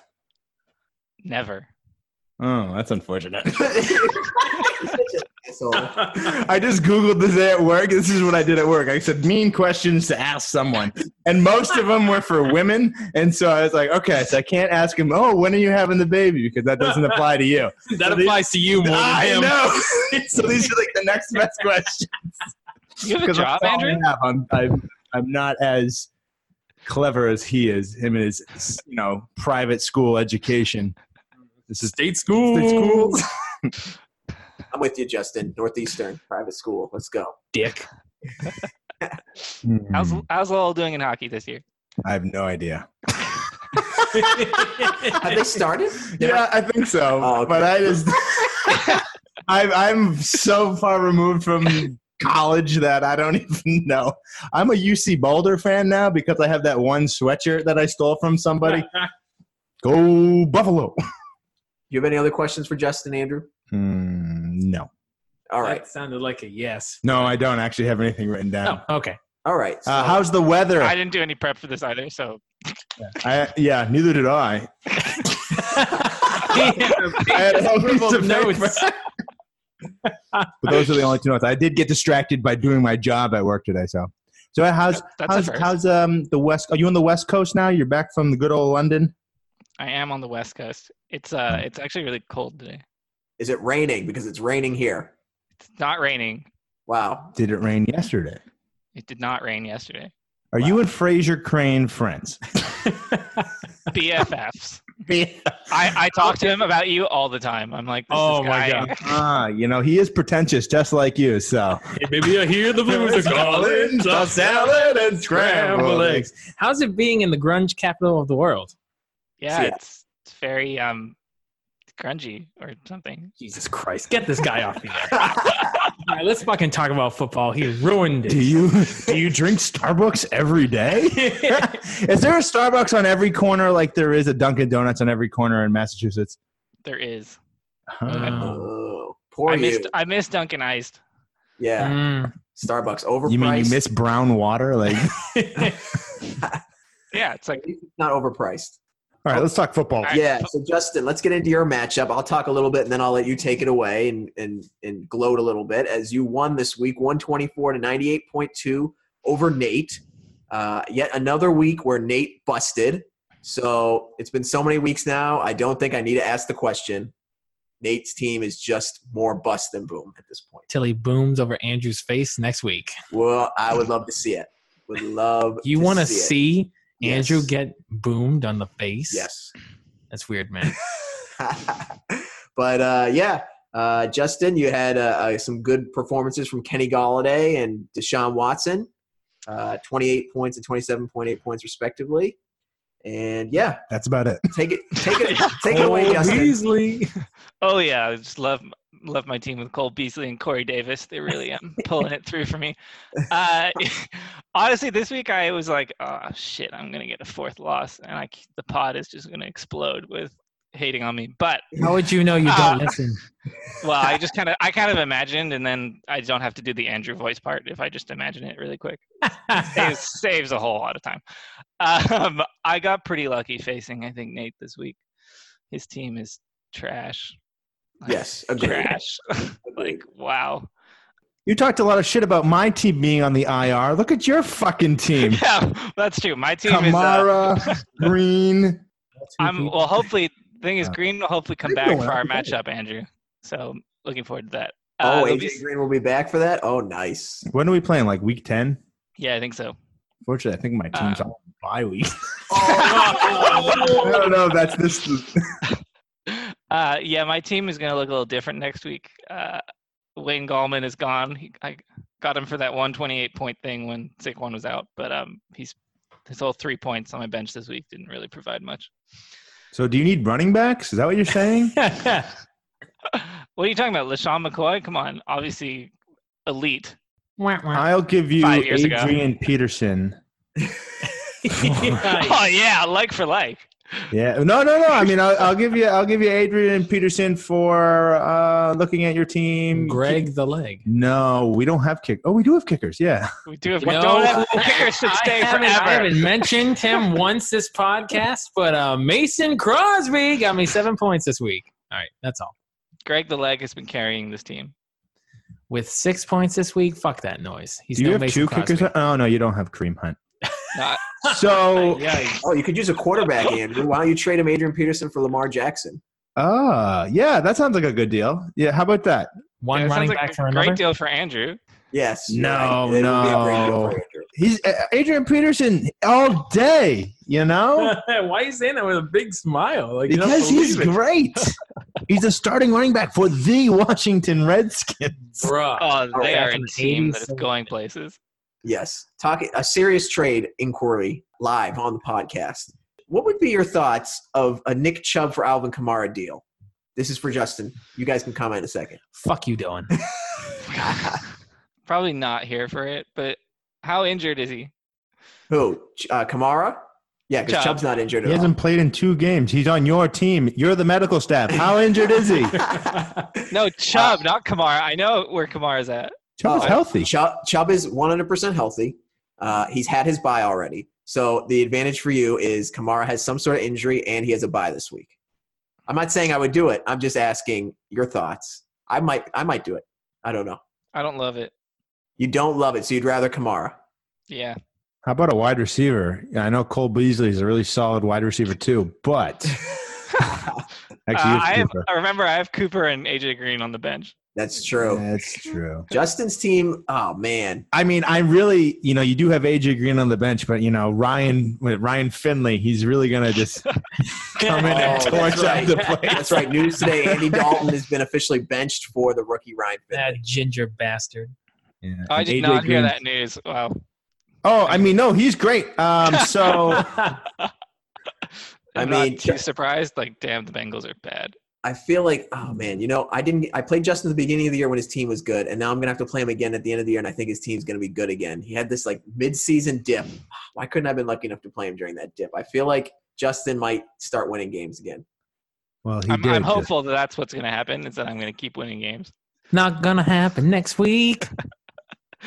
[SPEAKER 4] Never.
[SPEAKER 3] Oh, that's unfortunate.
[SPEAKER 2] so,
[SPEAKER 3] I just googled this at work. This is what I did at work. I said mean questions to ask someone, and most of them were for women. And so I was like, okay, so I can't ask him. Oh, when are you having the baby? Because that doesn't apply to you.
[SPEAKER 1] That applies to you more than
[SPEAKER 3] I
[SPEAKER 1] him.
[SPEAKER 3] know. so these are like the next best questions.
[SPEAKER 4] You have a
[SPEAKER 3] 'Cause I'm
[SPEAKER 4] job,
[SPEAKER 3] falling
[SPEAKER 4] Andrew.
[SPEAKER 3] off. I'm, I'm, I'm not as clever as he is. Him and his, you know, private school education. This is
[SPEAKER 1] State school.
[SPEAKER 3] state schools.
[SPEAKER 2] I'm with you, Justin. Northeastern private school. Let's go.
[SPEAKER 1] Dick.
[SPEAKER 4] How's how's Lowell doing in hockey this year?
[SPEAKER 3] Hmm. I have no idea.
[SPEAKER 2] Have they started?
[SPEAKER 3] Yeah, I think so.
[SPEAKER 2] Oh, okay.
[SPEAKER 3] But I just, I'm, I'm so far removed from college that I don't even know. I'm a UC Boulder fan now because I have that one sweatshirt that I stole from somebody. Go Buffalo.
[SPEAKER 2] You have any other questions for Justin, Andrew?
[SPEAKER 3] Hmm, no.
[SPEAKER 2] All right.
[SPEAKER 1] That sounded like a yes.
[SPEAKER 3] No, I don't actually have anything written down.
[SPEAKER 1] Oh, okay.
[SPEAKER 2] All right.
[SPEAKER 3] Uh, how's the weather?
[SPEAKER 4] I didn't do any prep for this either, so
[SPEAKER 3] I, yeah, neither did I. I had a piece
[SPEAKER 1] Scribbled
[SPEAKER 3] of notes.
[SPEAKER 1] notes.
[SPEAKER 3] But those are the only two notes. I did get distracted by doing my job at work today. So, so how's
[SPEAKER 4] that's
[SPEAKER 3] how's,
[SPEAKER 4] a first.
[SPEAKER 3] how's um the west? Are you on the west coast now? You're back from the good old London.
[SPEAKER 4] I am on the west coast. It's uh it's actually really cold today.
[SPEAKER 2] Is it raining? Because it's raining here.
[SPEAKER 4] It's not raining.
[SPEAKER 2] Wow.
[SPEAKER 3] Did it rain yesterday?
[SPEAKER 4] It did not rain yesterday.
[SPEAKER 3] Are you and Fraser Crane friends?
[SPEAKER 4] BFFs. I, I talk to him about you all the time. I'm like, this
[SPEAKER 3] Oh
[SPEAKER 4] is
[SPEAKER 3] my
[SPEAKER 4] guy-
[SPEAKER 3] god! Ah, you know he is pretentious, just like you. So
[SPEAKER 1] Maybe I hear the blues are calling.
[SPEAKER 3] tossed salad and
[SPEAKER 1] Scrambled eggs. How's it being in the grunge capital of the world?
[SPEAKER 4] Yeah,
[SPEAKER 2] Yeah.
[SPEAKER 4] it's it's very um grungy or something.
[SPEAKER 1] Jesus Christ. Get this guy off the air. All right, let's fucking talk about football. He ruined it.
[SPEAKER 3] Do you do you drink Starbucks every day? is there a Starbucks on every corner like there is a Dunkin' Donuts on every corner in Massachusetts?
[SPEAKER 4] There is.
[SPEAKER 1] Uh,
[SPEAKER 2] Oh, poor
[SPEAKER 4] I
[SPEAKER 2] you.
[SPEAKER 4] missed I missed Duncan Iced.
[SPEAKER 2] yeah.
[SPEAKER 1] Mm.
[SPEAKER 2] Starbucks overpriced.
[SPEAKER 3] you mean you miss brown water? Like,
[SPEAKER 4] Yeah, it's like
[SPEAKER 2] Not overpriced.
[SPEAKER 3] all right, let's talk football.
[SPEAKER 4] All right.
[SPEAKER 2] Yeah. So Justin, let's get into your matchup. I'll talk a little bit, and then I'll let you take it away and and and gloat a little bit as you won this week, one twenty four to ninety eight point two over Nate. Uh, yet another week where Nate busted. So it's been so many weeks now. I don't think I need to ask the question. Nate's team is just more bust than boom at this point.
[SPEAKER 1] Till he booms over Andrew's face next week.
[SPEAKER 2] Well, I would love to see it. Would love.
[SPEAKER 1] You
[SPEAKER 2] to
[SPEAKER 1] want to
[SPEAKER 2] see it.
[SPEAKER 1] see
[SPEAKER 2] Yes.
[SPEAKER 1] Andrew get boomed on the face?
[SPEAKER 2] Yes.
[SPEAKER 1] That's weird, man.
[SPEAKER 2] but uh, yeah, uh, Justin, you had uh, uh, some good performances from Kenny Galladay and Deshaun Watson, uh, 28 points and 27.8 points respectively. And yeah,
[SPEAKER 3] That's about it.
[SPEAKER 2] take it, take it, take it away,
[SPEAKER 1] Cole
[SPEAKER 2] Justin.
[SPEAKER 1] Beasley.
[SPEAKER 4] oh yeah, I just love love my team with Cole Beasley and Corey Davis. They really um pulling it through for me. Uh, honestly, this week I was like, oh shit, I'm gonna get a fourth loss, and I c- the pod is just gonna explode with hating on me. But
[SPEAKER 1] How would you know you
[SPEAKER 4] Ah.
[SPEAKER 1] don't listen?
[SPEAKER 4] well, I just kind of I kind of imagined, and then I don't have to do the Andrew voice part if I just imagine it really quick. saves, saves a whole lot of time. Um, I got pretty lucky facing I think Nate this week. His team is trash. Like,
[SPEAKER 2] Yes, agreed.
[SPEAKER 4] trash. like wow.
[SPEAKER 3] You talked a lot of shit about my team being on the IR. Look at your fucking team.
[SPEAKER 4] Yeah, that's true. My team is. Uh,
[SPEAKER 3] Kamara, Green.
[SPEAKER 4] I'm well. Hopefully, thing is,
[SPEAKER 3] Uh,
[SPEAKER 4] Green will hopefully come
[SPEAKER 3] Green
[SPEAKER 4] back
[SPEAKER 3] will
[SPEAKER 4] for our
[SPEAKER 3] have to
[SPEAKER 4] matchup, Andrew. So looking forward to that. Uh,
[SPEAKER 2] Oh,
[SPEAKER 4] it'll
[SPEAKER 2] AJ Green will be back for that. Oh, nice.
[SPEAKER 3] When are we playing? Like week 10?
[SPEAKER 4] yeah, I think so.
[SPEAKER 3] Fortunately, I think my team's
[SPEAKER 4] Uh,
[SPEAKER 3] on bye week.
[SPEAKER 2] Oh,
[SPEAKER 3] I don't know if that's this.
[SPEAKER 4] Uh, yeah, my team is going to look a little different next week. Uh, Wayne Gallman is gone. He, I got him for that 128 point thing when Saquon was out, but um, he's his whole three points on my bench this week didn't really provide much.
[SPEAKER 3] So, do you need running backs? Is that what you're saying?
[SPEAKER 4] what are you talking about, Lashawn McCoy? Come on, obviously elite.
[SPEAKER 3] I'll give you
[SPEAKER 4] Five years ago.
[SPEAKER 3] Adrian Peterson.
[SPEAKER 4] Oh yeah, like for like.
[SPEAKER 3] Yeah. No, no, no. I mean, I'll, I'll give you, I'll give you Adrian Peterson for uh, looking at your team.
[SPEAKER 1] Greg the leg.
[SPEAKER 3] No, we don't have kick. Oh, we do have kickers. Yeah.
[SPEAKER 4] We do have.
[SPEAKER 1] No.
[SPEAKER 4] don't have, kickers should stay
[SPEAKER 1] I haven't, I
[SPEAKER 4] forever.
[SPEAKER 1] haven't mentioned him once this podcast, but uh, Mason Crosby got me seven points this week. All right, that's all.
[SPEAKER 4] Greg the leg has been carrying this team.
[SPEAKER 1] With six points this week, fuck that noise. He's
[SPEAKER 3] do you
[SPEAKER 1] no
[SPEAKER 3] have
[SPEAKER 1] Mason
[SPEAKER 3] two
[SPEAKER 1] Crosby.
[SPEAKER 3] kickers? Oh no, you don't have Kareem Hunt.
[SPEAKER 4] Not-
[SPEAKER 3] So,
[SPEAKER 4] Yikes.
[SPEAKER 2] oh, you could use a quarterback, Andrew. Why don't you trade him Adrian Peterson for Lamar Jackson?
[SPEAKER 3] ah, yeah, that sounds like a good deal. Yeah. How about that?
[SPEAKER 1] One
[SPEAKER 4] Yeah, sounds
[SPEAKER 1] running
[SPEAKER 4] like
[SPEAKER 1] back
[SPEAKER 4] a
[SPEAKER 1] for
[SPEAKER 4] great
[SPEAKER 1] another.
[SPEAKER 4] deal for Andrew.
[SPEAKER 2] Yes. you're
[SPEAKER 3] No,
[SPEAKER 2] It would be a great deal for
[SPEAKER 3] no.
[SPEAKER 2] Andrew.
[SPEAKER 3] He's uh, Adrian Peterson all day. You know.
[SPEAKER 1] Why are you saying that with a big smile? Like you don't
[SPEAKER 3] Because he's
[SPEAKER 1] believe it.
[SPEAKER 3] great. he's a starting running back for the Washington Redskins.
[SPEAKER 1] Bruh.
[SPEAKER 4] Oh, they
[SPEAKER 1] yeah,
[SPEAKER 4] are
[SPEAKER 1] from
[SPEAKER 4] a
[SPEAKER 1] the
[SPEAKER 4] team that
[SPEAKER 1] 80s
[SPEAKER 4] is
[SPEAKER 1] and-
[SPEAKER 4] going places.
[SPEAKER 2] Yes. Talking a serious trade inquiry live on the podcast. What would be your thoughts of a Nick Chubb for Alvin Kamara deal? This is for Justin. You guys can comment in a second.
[SPEAKER 1] Fuck you, Dylan.
[SPEAKER 4] probably not here for it, but how injured is he?
[SPEAKER 2] Who? Ch- Uh, Kamara? Yeah, because
[SPEAKER 4] Chubb.
[SPEAKER 2] Chubb's not injured
[SPEAKER 5] He
[SPEAKER 2] at all.
[SPEAKER 5] hasn't played in two games. He's on your team. You're the medical staff. How injured is he?
[SPEAKER 4] No, Chubb, not Kamara. I know where Kamara's at.
[SPEAKER 5] Chubb is
[SPEAKER 2] Oh.
[SPEAKER 5] healthy.
[SPEAKER 2] Chubb, Chubb is 100% healthy. Uh, he's had his bye already. So the advantage for you is Kamara has some sort of injury and he has a bye this week. I'm not saying I would do it. I'm just asking your thoughts. I might, I might do it. I don't know.
[SPEAKER 4] I don't love it.
[SPEAKER 2] You don't love it, so you'd rather Kamara.
[SPEAKER 4] Yeah.
[SPEAKER 5] How about a wide receiver? Yeah, I know Cole Beasley is a really solid wide receiver too, but actually,
[SPEAKER 4] Uh,
[SPEAKER 5] it's
[SPEAKER 4] I, have,
[SPEAKER 5] Cooper.
[SPEAKER 4] I remember I have Cooper and AJ Green on the bench.
[SPEAKER 2] That's true.
[SPEAKER 5] that's true.
[SPEAKER 2] Justin's team. Oh man,
[SPEAKER 5] I mean, I really, you know, you do have AJ Green on the bench, but you know, Ryan Ryan Finley, he's really gonna just come in and
[SPEAKER 2] Oh,
[SPEAKER 5] torch
[SPEAKER 2] that's right.
[SPEAKER 5] up the place.
[SPEAKER 2] that's right. News today: Andy Dalton has been officially benched for the rookie Ryan Finley.
[SPEAKER 1] That ginger bastard.
[SPEAKER 5] Yeah.
[SPEAKER 4] Oh, I
[SPEAKER 5] and
[SPEAKER 4] did
[SPEAKER 5] AJ
[SPEAKER 4] not hear
[SPEAKER 5] Green-
[SPEAKER 4] that news. Wow.
[SPEAKER 5] Oh, I mean, no, he's great. Um,
[SPEAKER 4] Oh.
[SPEAKER 5] so
[SPEAKER 2] I
[SPEAKER 4] I'm not
[SPEAKER 2] mean,
[SPEAKER 4] too surprised. Like, damn, the Bengals are bad.
[SPEAKER 2] I feel like, oh man, you know, I didn't. I played Justin at the beginning of the year when his team was good, and now I'm gonna have to play him again at the end of the year, and I think his team's gonna be good again. He had this like mid-season dip. Why couldn't I have been lucky enough to play him during that dip? I feel like Justin might start winning games again.
[SPEAKER 5] well, he
[SPEAKER 4] I'm,
[SPEAKER 5] did.
[SPEAKER 4] I'm hopeful that that's what's going to happen. Is that I'm going to keep winning games.
[SPEAKER 1] Not gonna happen next week.
[SPEAKER 4] Uh,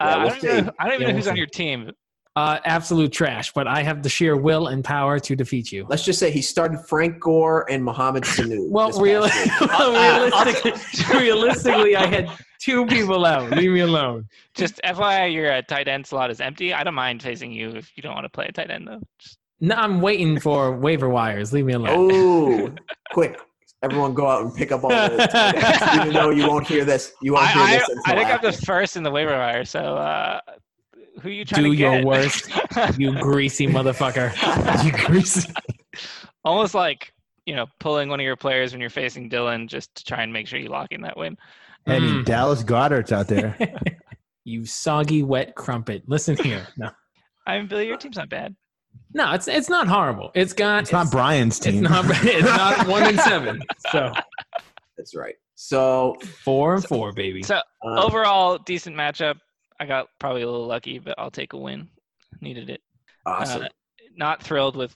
[SPEAKER 2] Yeah, we'll
[SPEAKER 4] I don't even
[SPEAKER 2] see.
[SPEAKER 4] know, I don't even
[SPEAKER 1] Yeah,
[SPEAKER 4] know
[SPEAKER 1] we'll
[SPEAKER 4] who's on
[SPEAKER 1] see.
[SPEAKER 4] your team.
[SPEAKER 1] Uh, absolute trash, but I have the sheer will and power to defeat you.
[SPEAKER 2] Let's just say he started Frank Gore and Mohamed Sanu.
[SPEAKER 1] Well,
[SPEAKER 2] this past
[SPEAKER 1] really,
[SPEAKER 2] week.
[SPEAKER 4] Uh,
[SPEAKER 1] well, realistically, realistically, I had two people out. Leave me alone.
[SPEAKER 4] Just FYI, your uh, tight end slot is empty. I don't mind facing you if you don't want to play a tight end though. Just,
[SPEAKER 1] No, I'm waiting for waiver wires. Leave me alone.
[SPEAKER 2] Oh, quick! Everyone, go out and pick up all those. Even though you won't hear this, you won't hear
[SPEAKER 4] I,
[SPEAKER 2] this
[SPEAKER 4] I,
[SPEAKER 2] until
[SPEAKER 4] I think
[SPEAKER 2] after.
[SPEAKER 4] I'm the first in the waiver wire. So uh, who you trying
[SPEAKER 1] Do
[SPEAKER 4] to get?
[SPEAKER 1] your worst,
[SPEAKER 4] Oh.
[SPEAKER 1] you greasy motherfucker.
[SPEAKER 5] You greasy-
[SPEAKER 4] Almost like you know pulling one of your players when you're facing Dylan just to try and make sure you lock in that win.
[SPEAKER 5] I mean,
[SPEAKER 4] Hmm.
[SPEAKER 1] Mm.
[SPEAKER 5] Dallas Goddard's out there.
[SPEAKER 1] you soggy wet crumpet. Listen here. No,
[SPEAKER 4] I mean, Billy, your team's not bad.
[SPEAKER 1] no, it's it's not horrible. It's got
[SPEAKER 5] It's not Brian's
[SPEAKER 1] it's
[SPEAKER 5] team.
[SPEAKER 1] not it's not one and seven. So
[SPEAKER 2] That's right. So
[SPEAKER 1] four and four, baby.
[SPEAKER 4] So
[SPEAKER 2] um,
[SPEAKER 1] Uh.
[SPEAKER 4] overall, decent matchup. I got probably a little lucky, but I'll take a win. Needed it.
[SPEAKER 2] awesome.
[SPEAKER 4] Uh, not thrilled with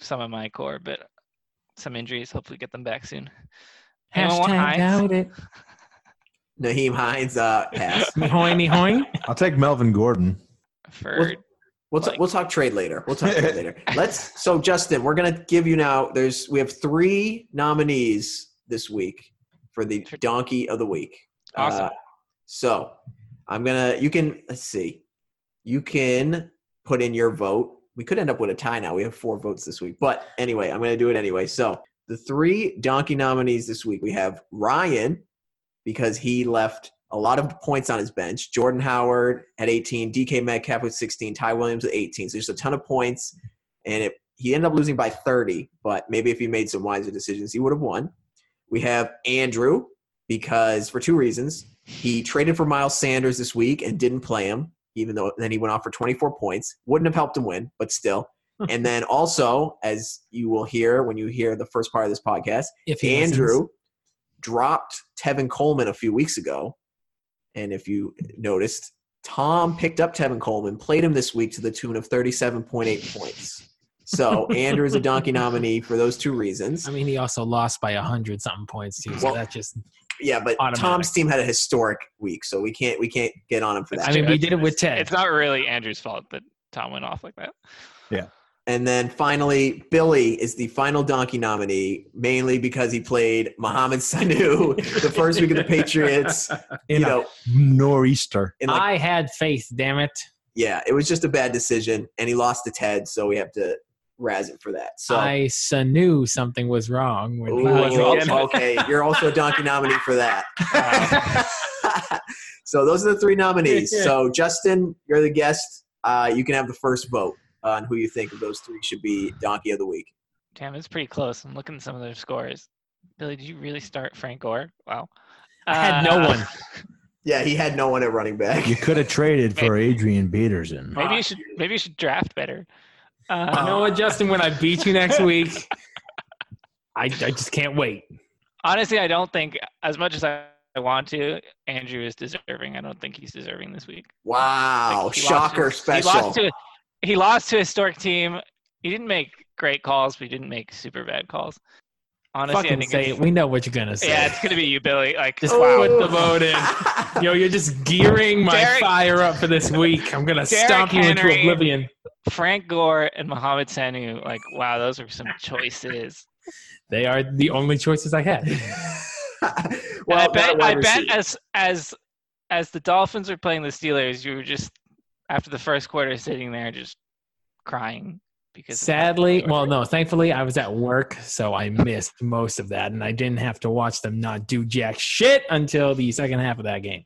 [SPEAKER 4] some of my core, but some injuries. Hopefully, get them back soon. Anyone want
[SPEAKER 1] Hashtag
[SPEAKER 4] Hines?
[SPEAKER 1] doubt it.
[SPEAKER 2] Naheem Hines uh, pass.
[SPEAKER 1] Nihoy, nihoy.
[SPEAKER 5] I'll take Melvin Gordon.
[SPEAKER 4] For
[SPEAKER 2] We'll, t-
[SPEAKER 4] Like-
[SPEAKER 2] we'll talk trade later. We'll talk trade later. Let's. So Justin, we're gonna give you now. There's we have three nominees this week for the donkey of the week. Uh,
[SPEAKER 4] Awesome.
[SPEAKER 2] so I'm gonna. You can. Let's see. You can put in your vote. We could end up with a tie now. We have four votes this week. But anyway, I'm gonna do it anyway. So the three donkey nominees this week we have Ryan because he left a lot of points on his bench. Jordan Howard at 18, DK Metcalf with 16, Ty Williams with 18. So just a ton of points, and it, he ended up losing by 30. But maybe if he made some wiser decisions, he would have won. We have Andrew because for two reasons he traded for Miles Sanders this week and didn't play him, even though then he went off for 24 points. Wouldn't have helped him win, but still. And then also, as you will hear when you hear the first part of this podcast,
[SPEAKER 1] If he listens.
[SPEAKER 2] Andrew dropped Tevin Coleman a few weeks ago. And if you noticed, Tom picked up Tevin Coleman, played him this week to the tune of 37.8 points. So Andrew is a donkey nominee for those two reasons.
[SPEAKER 1] I mean, he also lost by a hundred something points too. So
[SPEAKER 2] Well,
[SPEAKER 1] that just.
[SPEAKER 2] Yeah, but
[SPEAKER 1] Automatic.
[SPEAKER 2] Tom's team had a historic week, so we can't we can't get on him for that.
[SPEAKER 1] I mean, we did it with Ted.
[SPEAKER 4] it's not really Andrew's fault that Tom went off like that.
[SPEAKER 2] And then finally, Billy is the final donkey nominee, mainly because he played Mohamed Sanu the first week of the Patriots. You
[SPEAKER 5] In a
[SPEAKER 2] know,
[SPEAKER 5] nor'easter.
[SPEAKER 2] in like
[SPEAKER 1] I had faith. Damn it.
[SPEAKER 2] yeah, it was just a bad decision, and he lost to Ted, so we have to razz him for that. So,
[SPEAKER 1] I s- uh, knew something was wrong when he
[SPEAKER 2] Ooh,
[SPEAKER 1] was
[SPEAKER 4] wow,
[SPEAKER 1] again.
[SPEAKER 2] okay, you're also a donkey nominee for that. so those are the three nominees. So Justin, you're the guest. Uh, you can have the first vote on who you think of those three should be donkey of the week.
[SPEAKER 4] Damn, it's pretty close. I'm looking at some of their scores. Billy, did you really start Frank Gore? Wow. Uh,
[SPEAKER 1] I had no one.
[SPEAKER 2] Yeah, he had no one at running back.
[SPEAKER 5] You could have traded for Adrian Peterson.
[SPEAKER 4] Maybe you
[SPEAKER 1] Fuck
[SPEAKER 4] should maybe you should draft better.
[SPEAKER 1] You know
[SPEAKER 4] Uh,
[SPEAKER 1] what, Justin? When I beat you next week, I, I just can't wait.
[SPEAKER 4] honestly, I don't think as much as I I want to. Andrew is deserving. I don't think he's deserving this week.
[SPEAKER 1] Oh,
[SPEAKER 2] Wow.
[SPEAKER 4] Like, he lost
[SPEAKER 2] Shocker
[SPEAKER 4] his-
[SPEAKER 2] special.
[SPEAKER 4] He lost, to, he lost to a historic team. He didn't make great calls, but he didn't make super bad calls. Honestly, I
[SPEAKER 1] Fucking
[SPEAKER 4] think
[SPEAKER 1] say
[SPEAKER 4] it's-
[SPEAKER 1] it. We know what you're gonna say.
[SPEAKER 4] yeah, it's gonna be you, Billy. Like
[SPEAKER 1] Just
[SPEAKER 2] Wow.
[SPEAKER 1] put the vote in. Yo, you're just gearing my
[SPEAKER 4] Derek-
[SPEAKER 1] fire up for this week. I'm gonna
[SPEAKER 4] Derek
[SPEAKER 1] stomp you into
[SPEAKER 4] Henry.
[SPEAKER 1] oblivion.
[SPEAKER 4] Frank Gore and Mohamed Sanu. Like wow, those are some choices.
[SPEAKER 1] They are the only choices I had.
[SPEAKER 4] And
[SPEAKER 2] well,
[SPEAKER 4] I bet,
[SPEAKER 2] that wide
[SPEAKER 4] I bet
[SPEAKER 2] receiver.
[SPEAKER 4] as as as the Dolphins were playing the Steelers, you were just after the first quarter sitting there just crying because of how
[SPEAKER 1] Sadly,
[SPEAKER 4] they were
[SPEAKER 1] well, no, thankfully I was at work, so I missed most of that, and I didn't have to watch them not do jack shit until the second half of that game.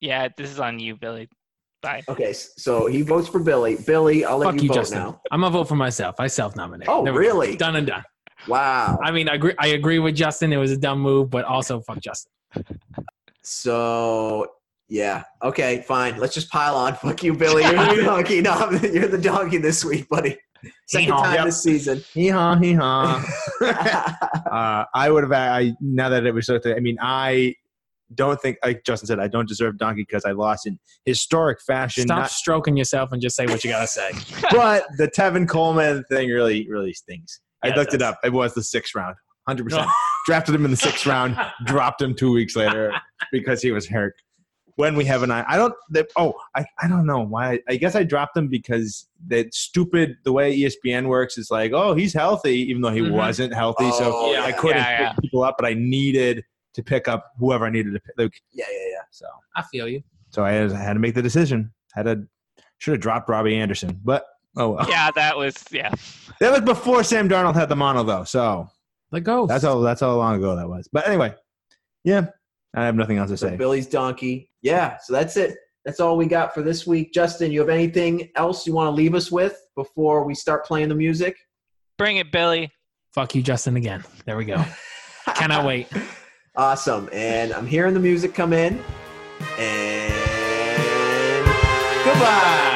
[SPEAKER 4] Yeah, this is on you, Billy. Bye.
[SPEAKER 2] Okay, s- so he votes for Billy. Billy, I'll let
[SPEAKER 1] Fuck you,
[SPEAKER 2] vote
[SPEAKER 1] Justin.
[SPEAKER 2] now.
[SPEAKER 1] I'm gonna vote for myself. I self-nominate.
[SPEAKER 2] Oh,
[SPEAKER 1] There we go.
[SPEAKER 2] really?
[SPEAKER 1] Done and done.
[SPEAKER 2] Wow.
[SPEAKER 1] I mean, I agree. I agree with Justin. It was a dumb move, but also fuck Justin.
[SPEAKER 2] So yeah, okay, fine. Let's just pile on. Fuck you, Billy. You're the donkey. No, I'm- you're the donkey this week, buddy. Second
[SPEAKER 1] Yeehaw.
[SPEAKER 2] time
[SPEAKER 1] Yep.
[SPEAKER 2] this season.
[SPEAKER 3] Hee haw, hee haw.
[SPEAKER 2] yeah,
[SPEAKER 3] uh, I would have. I now that it was. looked at- I mean, I don't think, like Justin said, I don't deserve donkey because I lost in historic fashion.
[SPEAKER 1] Stop
[SPEAKER 3] Not,
[SPEAKER 1] stroking yourself and just say what you gotta say.
[SPEAKER 3] but the Tevin Coleman thing really, really stinks.
[SPEAKER 1] Yeah,
[SPEAKER 3] I
[SPEAKER 1] it
[SPEAKER 3] looked it
[SPEAKER 1] does.
[SPEAKER 3] up. It was the sixth round. Hundred percent. Drafted him in the sixth round. dropped him two weeks later because he was hurt. When we have an eye, I don't. They, oh, I, I don't know why. I guess I dropped him because that stupid the way E ESPN works is like, oh, he's healthy, even though he
[SPEAKER 1] Mhm.
[SPEAKER 3] wasn't healthy.
[SPEAKER 2] Oh,
[SPEAKER 3] so
[SPEAKER 2] yeah.
[SPEAKER 3] I couldn't
[SPEAKER 4] Yeah, yeah.
[SPEAKER 3] pick people up, but I needed to pick up whoever I needed to pick. Like,
[SPEAKER 2] yeah, yeah.
[SPEAKER 3] so
[SPEAKER 1] I feel you.
[SPEAKER 3] so I had, I had to make the decision. Had to should have dropped Robbie Anderson, but oh well.
[SPEAKER 4] yeah, that was yeah.
[SPEAKER 3] That was before Sam Darnold had the mono though, so
[SPEAKER 1] The ghost.
[SPEAKER 3] that's how that's how long ago that was. But anyway, yeah, I have nothing else to
[SPEAKER 2] So
[SPEAKER 3] say.
[SPEAKER 2] Billy's donkey. Yeah. So that's it. That's all we got for this week. Justin, you have anything else you want to leave us with before we start playing the music?
[SPEAKER 4] Bring it, Billy.
[SPEAKER 1] Fuck you, Justin. Again. There we go. Cannot wait.
[SPEAKER 2] Awesome. And I'm hearing the music come in. And goodbye.